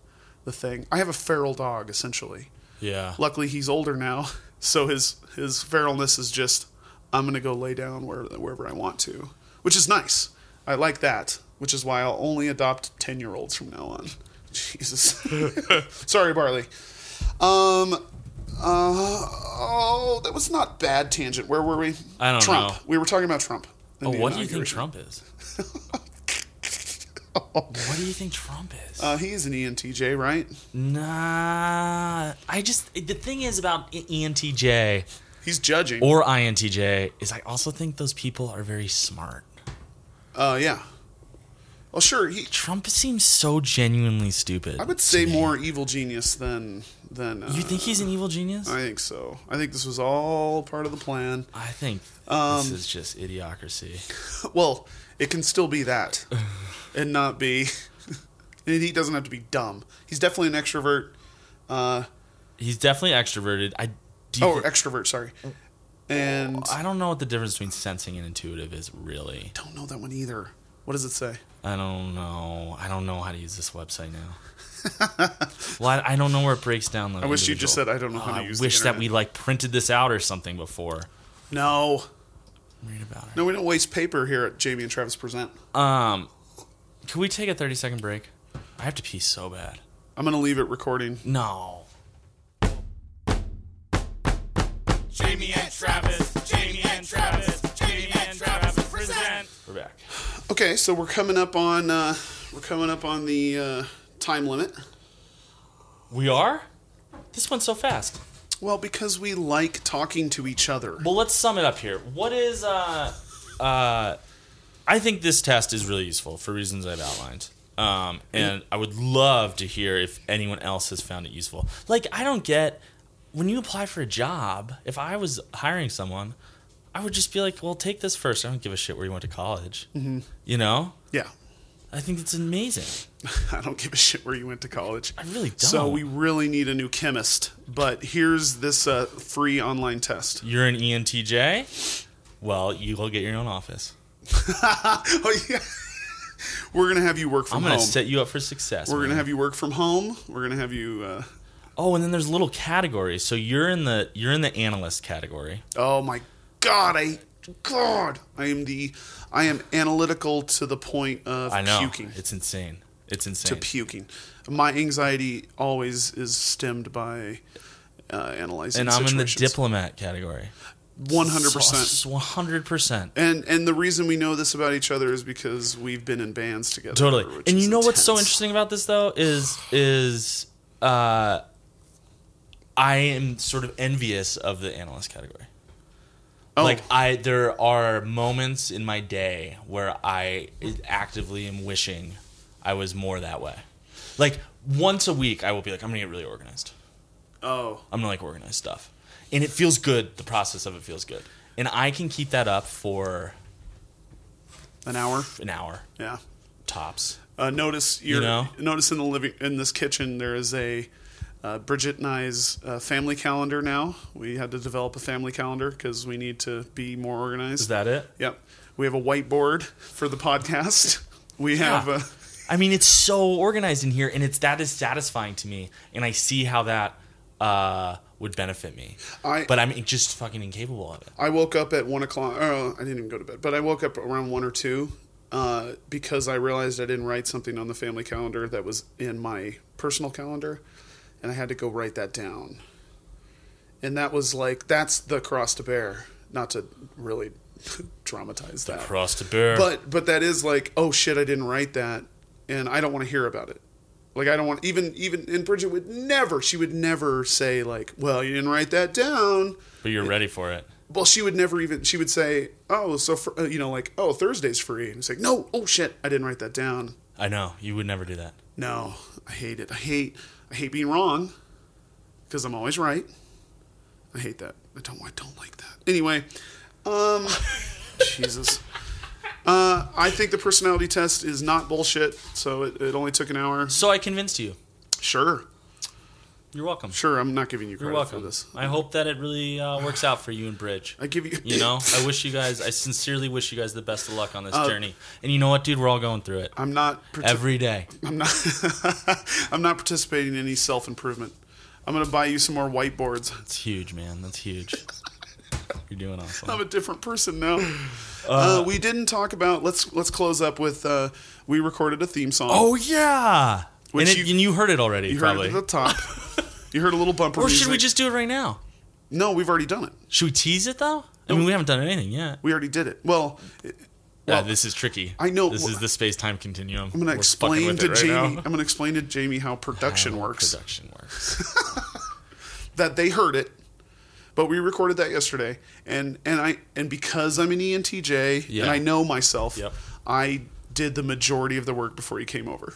[SPEAKER 3] the thing. I have a feral dog essentially.
[SPEAKER 2] yeah.
[SPEAKER 3] Luckily he's older now, so his his feralness is just I'm going to go lay down where, wherever I want to, which is nice. I like that, which is why I'll only adopt 10-year-olds from now on. Jesus. Sorry, Barley. Um uh, oh, that was not bad tangent. Where were we?
[SPEAKER 2] I don't
[SPEAKER 3] Trump.
[SPEAKER 2] know.
[SPEAKER 3] We were talking about Trump. and
[SPEAKER 2] Oh,
[SPEAKER 3] the
[SPEAKER 2] what do you think
[SPEAKER 3] inauguration.
[SPEAKER 2] Trump is? What do you think Trump is?
[SPEAKER 3] Uh, he's an ENTJ, right?
[SPEAKER 2] Nah, I just the thing is about E- ENTJ
[SPEAKER 3] He's judging.
[SPEAKER 2] or INTJ is I also think those people are very smart.
[SPEAKER 3] uh, yeah. Well, sure. He,
[SPEAKER 2] Trump seems so genuinely stupid.
[SPEAKER 3] I would say more evil genius than than. Uh,
[SPEAKER 2] You think he's an evil genius?
[SPEAKER 3] I
[SPEAKER 2] I,
[SPEAKER 3] think so. I think this was all part of the plan.
[SPEAKER 2] think
[SPEAKER 3] Um,
[SPEAKER 2] this is just idiocracy.
[SPEAKER 3] Well, it can still be that, and not be. and he doesn't have to be dumb. He's definitely an extrovert. Uh,
[SPEAKER 2] He's definitely extroverted. I do.
[SPEAKER 3] oh,
[SPEAKER 2] thi-
[SPEAKER 3] extrovert. Sorry. And I
[SPEAKER 2] Oh, I don't know what the difference between sensing and intuitive is really.
[SPEAKER 3] don't know that one either. What does it say?
[SPEAKER 2] I don't know. I don't know how to use this website now. well, I, I don't know where it breaks down. The
[SPEAKER 3] I wish you just said, "I don't know how to
[SPEAKER 2] I
[SPEAKER 3] use the
[SPEAKER 2] wish that
[SPEAKER 3] internet."
[SPEAKER 2] we like printed this out or something before.
[SPEAKER 3] No,
[SPEAKER 2] Read about it.
[SPEAKER 3] no, we don't waste paper here at Jamie and Travis Present.
[SPEAKER 2] Um, can we take a 30 second break? I have to pee so bad.
[SPEAKER 3] I'm gonna leave it recording.
[SPEAKER 2] No.
[SPEAKER 1] Jamie and Travis, Jamie and Travis, Jamie
[SPEAKER 3] Okay, so we're coming up on uh, we're coming up on the uh, time limit.
[SPEAKER 2] We are? This went so fast.
[SPEAKER 3] Well, because we like talking to each other.
[SPEAKER 2] Well, let's sum it up here. What is uh uh I think this test is really useful for reasons I've outlined. Um, and I would love to hear if anyone else has found it useful. Like I don't get when you apply for a job, if I was hiring someone, I would just be like, "Well, take this first. I don't give a shit where you went to college." You know?
[SPEAKER 3] Yeah,
[SPEAKER 2] I think it's amazing.
[SPEAKER 3] I don't give a shit where you went to college.
[SPEAKER 2] I really don't.
[SPEAKER 3] So we really need a new chemist. But here's this uh, free online test.
[SPEAKER 2] You're an E ENTJ? Well, you'll get your own office.
[SPEAKER 3] Oh yeah, we're gonna have you work from
[SPEAKER 2] I'm going to
[SPEAKER 3] home.
[SPEAKER 2] set you up for success.
[SPEAKER 3] we're gonna
[SPEAKER 2] man.
[SPEAKER 3] have you work from home. We're gonna have you. Uh,
[SPEAKER 2] Oh, and then there's little categories. So you're in the you're in the analyst category.
[SPEAKER 3] oh my god, I god, I am the I am analytical to the point of
[SPEAKER 2] I know.
[SPEAKER 3] puking.
[SPEAKER 2] It's insane. It's
[SPEAKER 3] to
[SPEAKER 2] insane.
[SPEAKER 3] puking. My anxiety always is stemmed by uh, analyzing
[SPEAKER 2] and I'm in the
[SPEAKER 3] situations.
[SPEAKER 2] diplomat category.
[SPEAKER 3] One hundred percent.
[SPEAKER 2] 100%.
[SPEAKER 3] And and the reason we know this about each other is because we've been in bands together.
[SPEAKER 2] Totally.
[SPEAKER 3] which
[SPEAKER 2] And
[SPEAKER 3] is
[SPEAKER 2] you know what's so
[SPEAKER 3] intense.
[SPEAKER 2] interesting about this though is is uh I am sort of envious of the analyst category.
[SPEAKER 3] Oh,
[SPEAKER 2] Like I there are moments in my day where I actively am wishing I was more that way. Like once a week I will be like I'm going to get really organized.
[SPEAKER 3] oh,
[SPEAKER 2] I'm gonna like organize stuff, and it feels good. The process of it feels good, and I can keep that up for
[SPEAKER 3] an hour.
[SPEAKER 2] an hour
[SPEAKER 3] Yeah.
[SPEAKER 2] tops.
[SPEAKER 3] Uh, notice your
[SPEAKER 2] know?
[SPEAKER 3] notice in the living in this kitchen there is a uh, Bridget and I's uh, family calendar now. We had to develop a family calendar because we need to be more organized.
[SPEAKER 2] Is that it?
[SPEAKER 3] Yep. We have a whiteboard for the podcast. We have
[SPEAKER 2] Yeah.
[SPEAKER 3] a
[SPEAKER 2] I mean, it's so organized in here, and it's that is satisfying to me, and I see how that uh, would benefit me.
[SPEAKER 3] I-
[SPEAKER 2] but I'm just fucking incapable of it.
[SPEAKER 3] I woke up at one o'clock. Oh, I didn't even go to bed, but I woke up around one or two uh, because I realized I didn't write something on the family calendar that was in my personal calendar, and I had to go write that down. And that was like that's the cross to bear. Not to really dramatize that,
[SPEAKER 2] Cross the bear.
[SPEAKER 3] but but that is like oh shit, I didn't write that, and I don't want to hear about it. Like I don't want even even and Bridget would never she would never say like well you didn't write that down
[SPEAKER 2] but you're ready for it.
[SPEAKER 3] well, she would never even. She would say, "Oh, so fr- uh, you know, like, oh, Thursday's free," and it's like, "No, oh shit, I didn't write that down."
[SPEAKER 2] I know you would never do that.
[SPEAKER 3] No, I hate it. I hate, I hate being wrong, because I'm always right. I hate that. I don't. I don't like that. Anyway, um, Jesus. Uh, I think the personality test is not bullshit. So it, it only took an hour.
[SPEAKER 2] So I convinced you.
[SPEAKER 3] Sure,
[SPEAKER 2] You're welcome.
[SPEAKER 3] sure. I'm not giving you credit
[SPEAKER 2] You're welcome.
[SPEAKER 3] for this.
[SPEAKER 2] I hope that it really uh, works out for you and Bridge.
[SPEAKER 3] I give you.
[SPEAKER 2] You know, I wish you guys, I sincerely wish you guys the best of luck on this
[SPEAKER 3] Uh,
[SPEAKER 2] journey. And you know what, dude? We're all going through it
[SPEAKER 3] I'm not. partic-
[SPEAKER 2] every day.
[SPEAKER 3] I'm not. I'm not participating in any self improvement. I'm gonna buy you some more whiteboards.
[SPEAKER 2] It's huge, man. That's huge. You're doing awesome.
[SPEAKER 3] I'm a different person now. Uh, we didn't talk about. Let's let's close up with. Uh, we recorded a theme song.
[SPEAKER 2] Oh, yeah.
[SPEAKER 3] Which
[SPEAKER 2] And, it,
[SPEAKER 3] you-
[SPEAKER 2] and you heard it already,
[SPEAKER 3] you heard it
[SPEAKER 2] probably.
[SPEAKER 3] at the top. you heard a little bumper.
[SPEAKER 2] or should we
[SPEAKER 3] music.
[SPEAKER 2] just do it right now?
[SPEAKER 3] No, we've already done it.
[SPEAKER 2] Should we tease it, though? I mean, we haven't done anything yet.
[SPEAKER 3] We already did it. Well,
[SPEAKER 2] yeah, this is tricky.
[SPEAKER 3] I know-
[SPEAKER 2] This is the space time continuum.
[SPEAKER 3] I'm gonna
[SPEAKER 2] We're fucking
[SPEAKER 3] explain
[SPEAKER 2] with
[SPEAKER 3] to
[SPEAKER 2] it right
[SPEAKER 3] Jamie.
[SPEAKER 2] now.
[SPEAKER 3] I'm gonna explain to Jamie how production
[SPEAKER 2] How
[SPEAKER 3] works.
[SPEAKER 2] Production works.
[SPEAKER 3] that they heard it. But we recorded that yesterday, and and I and because I'm an E ENTJ
[SPEAKER 2] Yeah.
[SPEAKER 3] and I know myself,
[SPEAKER 2] Yep.
[SPEAKER 3] I did the majority of the work before you came over.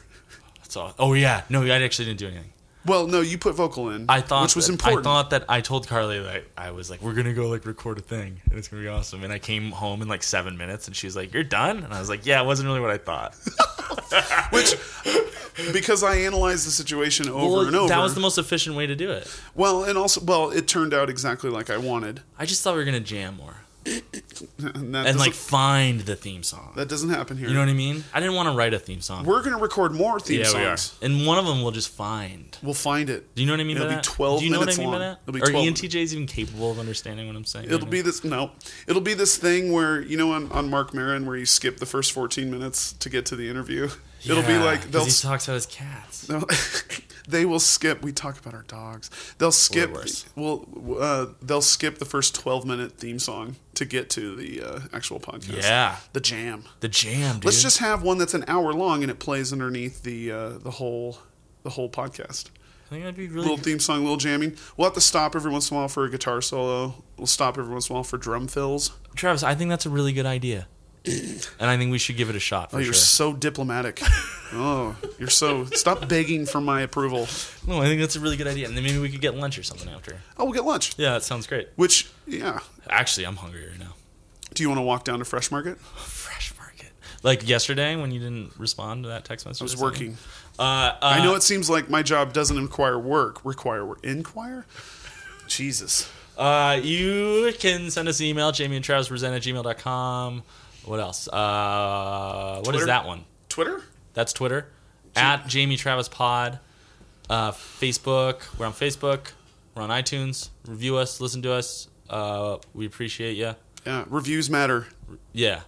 [SPEAKER 2] That's all. Oh, yeah. No, I actually didn't do anything.
[SPEAKER 3] Well, no, you put vocal in,
[SPEAKER 2] I thought
[SPEAKER 3] which was
[SPEAKER 2] that-
[SPEAKER 3] important.
[SPEAKER 2] I thought that I told Carly like I was like, we're gonna go like record a thing and it's gonna be awesome. And I came home in like seven minutes and she was like, You're done? And I was like, Yeah, it wasn't really what I thought.
[SPEAKER 3] because I analyzed the situation over
[SPEAKER 2] Well,
[SPEAKER 3] and over.
[SPEAKER 2] That was the most efficient way to do it.
[SPEAKER 3] well, and also, well, it turned out exactly like I wanted,
[SPEAKER 2] I just thought we were gonna jam more.
[SPEAKER 3] and that
[SPEAKER 2] And
[SPEAKER 3] doesn't,
[SPEAKER 2] like find the theme song.
[SPEAKER 3] that doesn't happen here.
[SPEAKER 2] you know what I mean? I didn't want to write a theme song.
[SPEAKER 3] We're gonna record more theme
[SPEAKER 2] yeah,
[SPEAKER 3] songs.
[SPEAKER 2] we are. And one of them we'll just find.
[SPEAKER 3] We'll find it.
[SPEAKER 2] Do you know what I mean
[SPEAKER 3] It'll
[SPEAKER 2] by
[SPEAKER 3] be
[SPEAKER 2] that?
[SPEAKER 3] 12
[SPEAKER 2] Do you know
[SPEAKER 3] minutes
[SPEAKER 2] what I mean
[SPEAKER 3] long.
[SPEAKER 2] by that? E
[SPEAKER 3] It'll be
[SPEAKER 2] Are
[SPEAKER 3] 12
[SPEAKER 2] ENTJs even capable of understanding what I'm saying?
[SPEAKER 3] It'll
[SPEAKER 2] right
[SPEAKER 3] be
[SPEAKER 2] now?
[SPEAKER 3] this no. It'll be this thing where you know on, on Mark Maron where you skip the first fourteen minutes to get to the interview. It'll be
[SPEAKER 2] Yeah,
[SPEAKER 3] like
[SPEAKER 2] 'cause
[SPEAKER 3] they'll
[SPEAKER 2] he talks about his cats.
[SPEAKER 3] they'll, They will skip. We talk about our dogs. They'll skip.
[SPEAKER 2] worse.
[SPEAKER 3] Well, uh, they'll skip the first twelve minute theme song to get to the uh, actual podcast.
[SPEAKER 2] Yeah.
[SPEAKER 3] the jam.
[SPEAKER 2] The jam, dude.
[SPEAKER 3] Let's just have one that's an hour long and it plays underneath the uh, the whole the whole podcast.
[SPEAKER 2] I think that'd be really.
[SPEAKER 3] Little theme song, little jamming. We'll have to stop every once in a while for a guitar solo. We'll stop every once in a while for drum fills.
[SPEAKER 2] Travis, I think that's a really good idea, and I think we should give it a shot for
[SPEAKER 3] Oh,
[SPEAKER 2] sure.
[SPEAKER 3] you're so diplomatic. oh, you're so. Stop begging for my approval.
[SPEAKER 2] No, I think that's a really good idea, and then maybe we could get lunch or something after.
[SPEAKER 3] Oh, we'll get lunch.
[SPEAKER 2] Yeah, that sounds great.
[SPEAKER 3] Which, yeah.
[SPEAKER 2] Actually, I'm hungry right now.
[SPEAKER 3] Do you want to walk down to Fresh Market? I
[SPEAKER 2] Fresh Market. Like yesterday when you didn't respond to that text message. I
[SPEAKER 3] was
[SPEAKER 2] sent you.
[SPEAKER 3] working.
[SPEAKER 2] Uh, uh,
[SPEAKER 3] I know it seems like my job doesn't inquire work, require work. Inquire? Jesus.
[SPEAKER 2] Uh, you can send us an email, Jamie and Travis present at gmail.com. What else? Uh, what is
[SPEAKER 3] Twitter?
[SPEAKER 2] that one?
[SPEAKER 3] Twitter?
[SPEAKER 2] That's Twitter. At Jamie Travis Pod. Uh, Facebook. We're on Facebook. We're on iTunes. Review us. Listen to us. Uh, we appreciate you.
[SPEAKER 3] Yeah. Reviews matter
[SPEAKER 2] Yeah.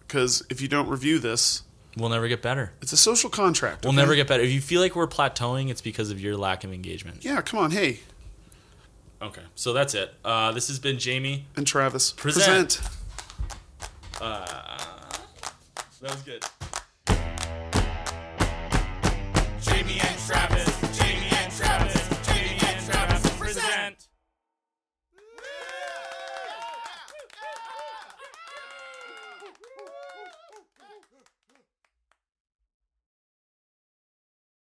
[SPEAKER 3] because if you don't review this,
[SPEAKER 2] We'll never get better.
[SPEAKER 3] it's a social contract.
[SPEAKER 2] We'll
[SPEAKER 3] okay?
[SPEAKER 2] never get better. If you feel like we're plateauing, it's because of your lack of engagement.
[SPEAKER 3] Yeah, come on. Hey,
[SPEAKER 2] Okay. So that's it. Uh, this has been Jamie.
[SPEAKER 3] and Travis.
[SPEAKER 2] Present.
[SPEAKER 3] present.
[SPEAKER 2] That was good.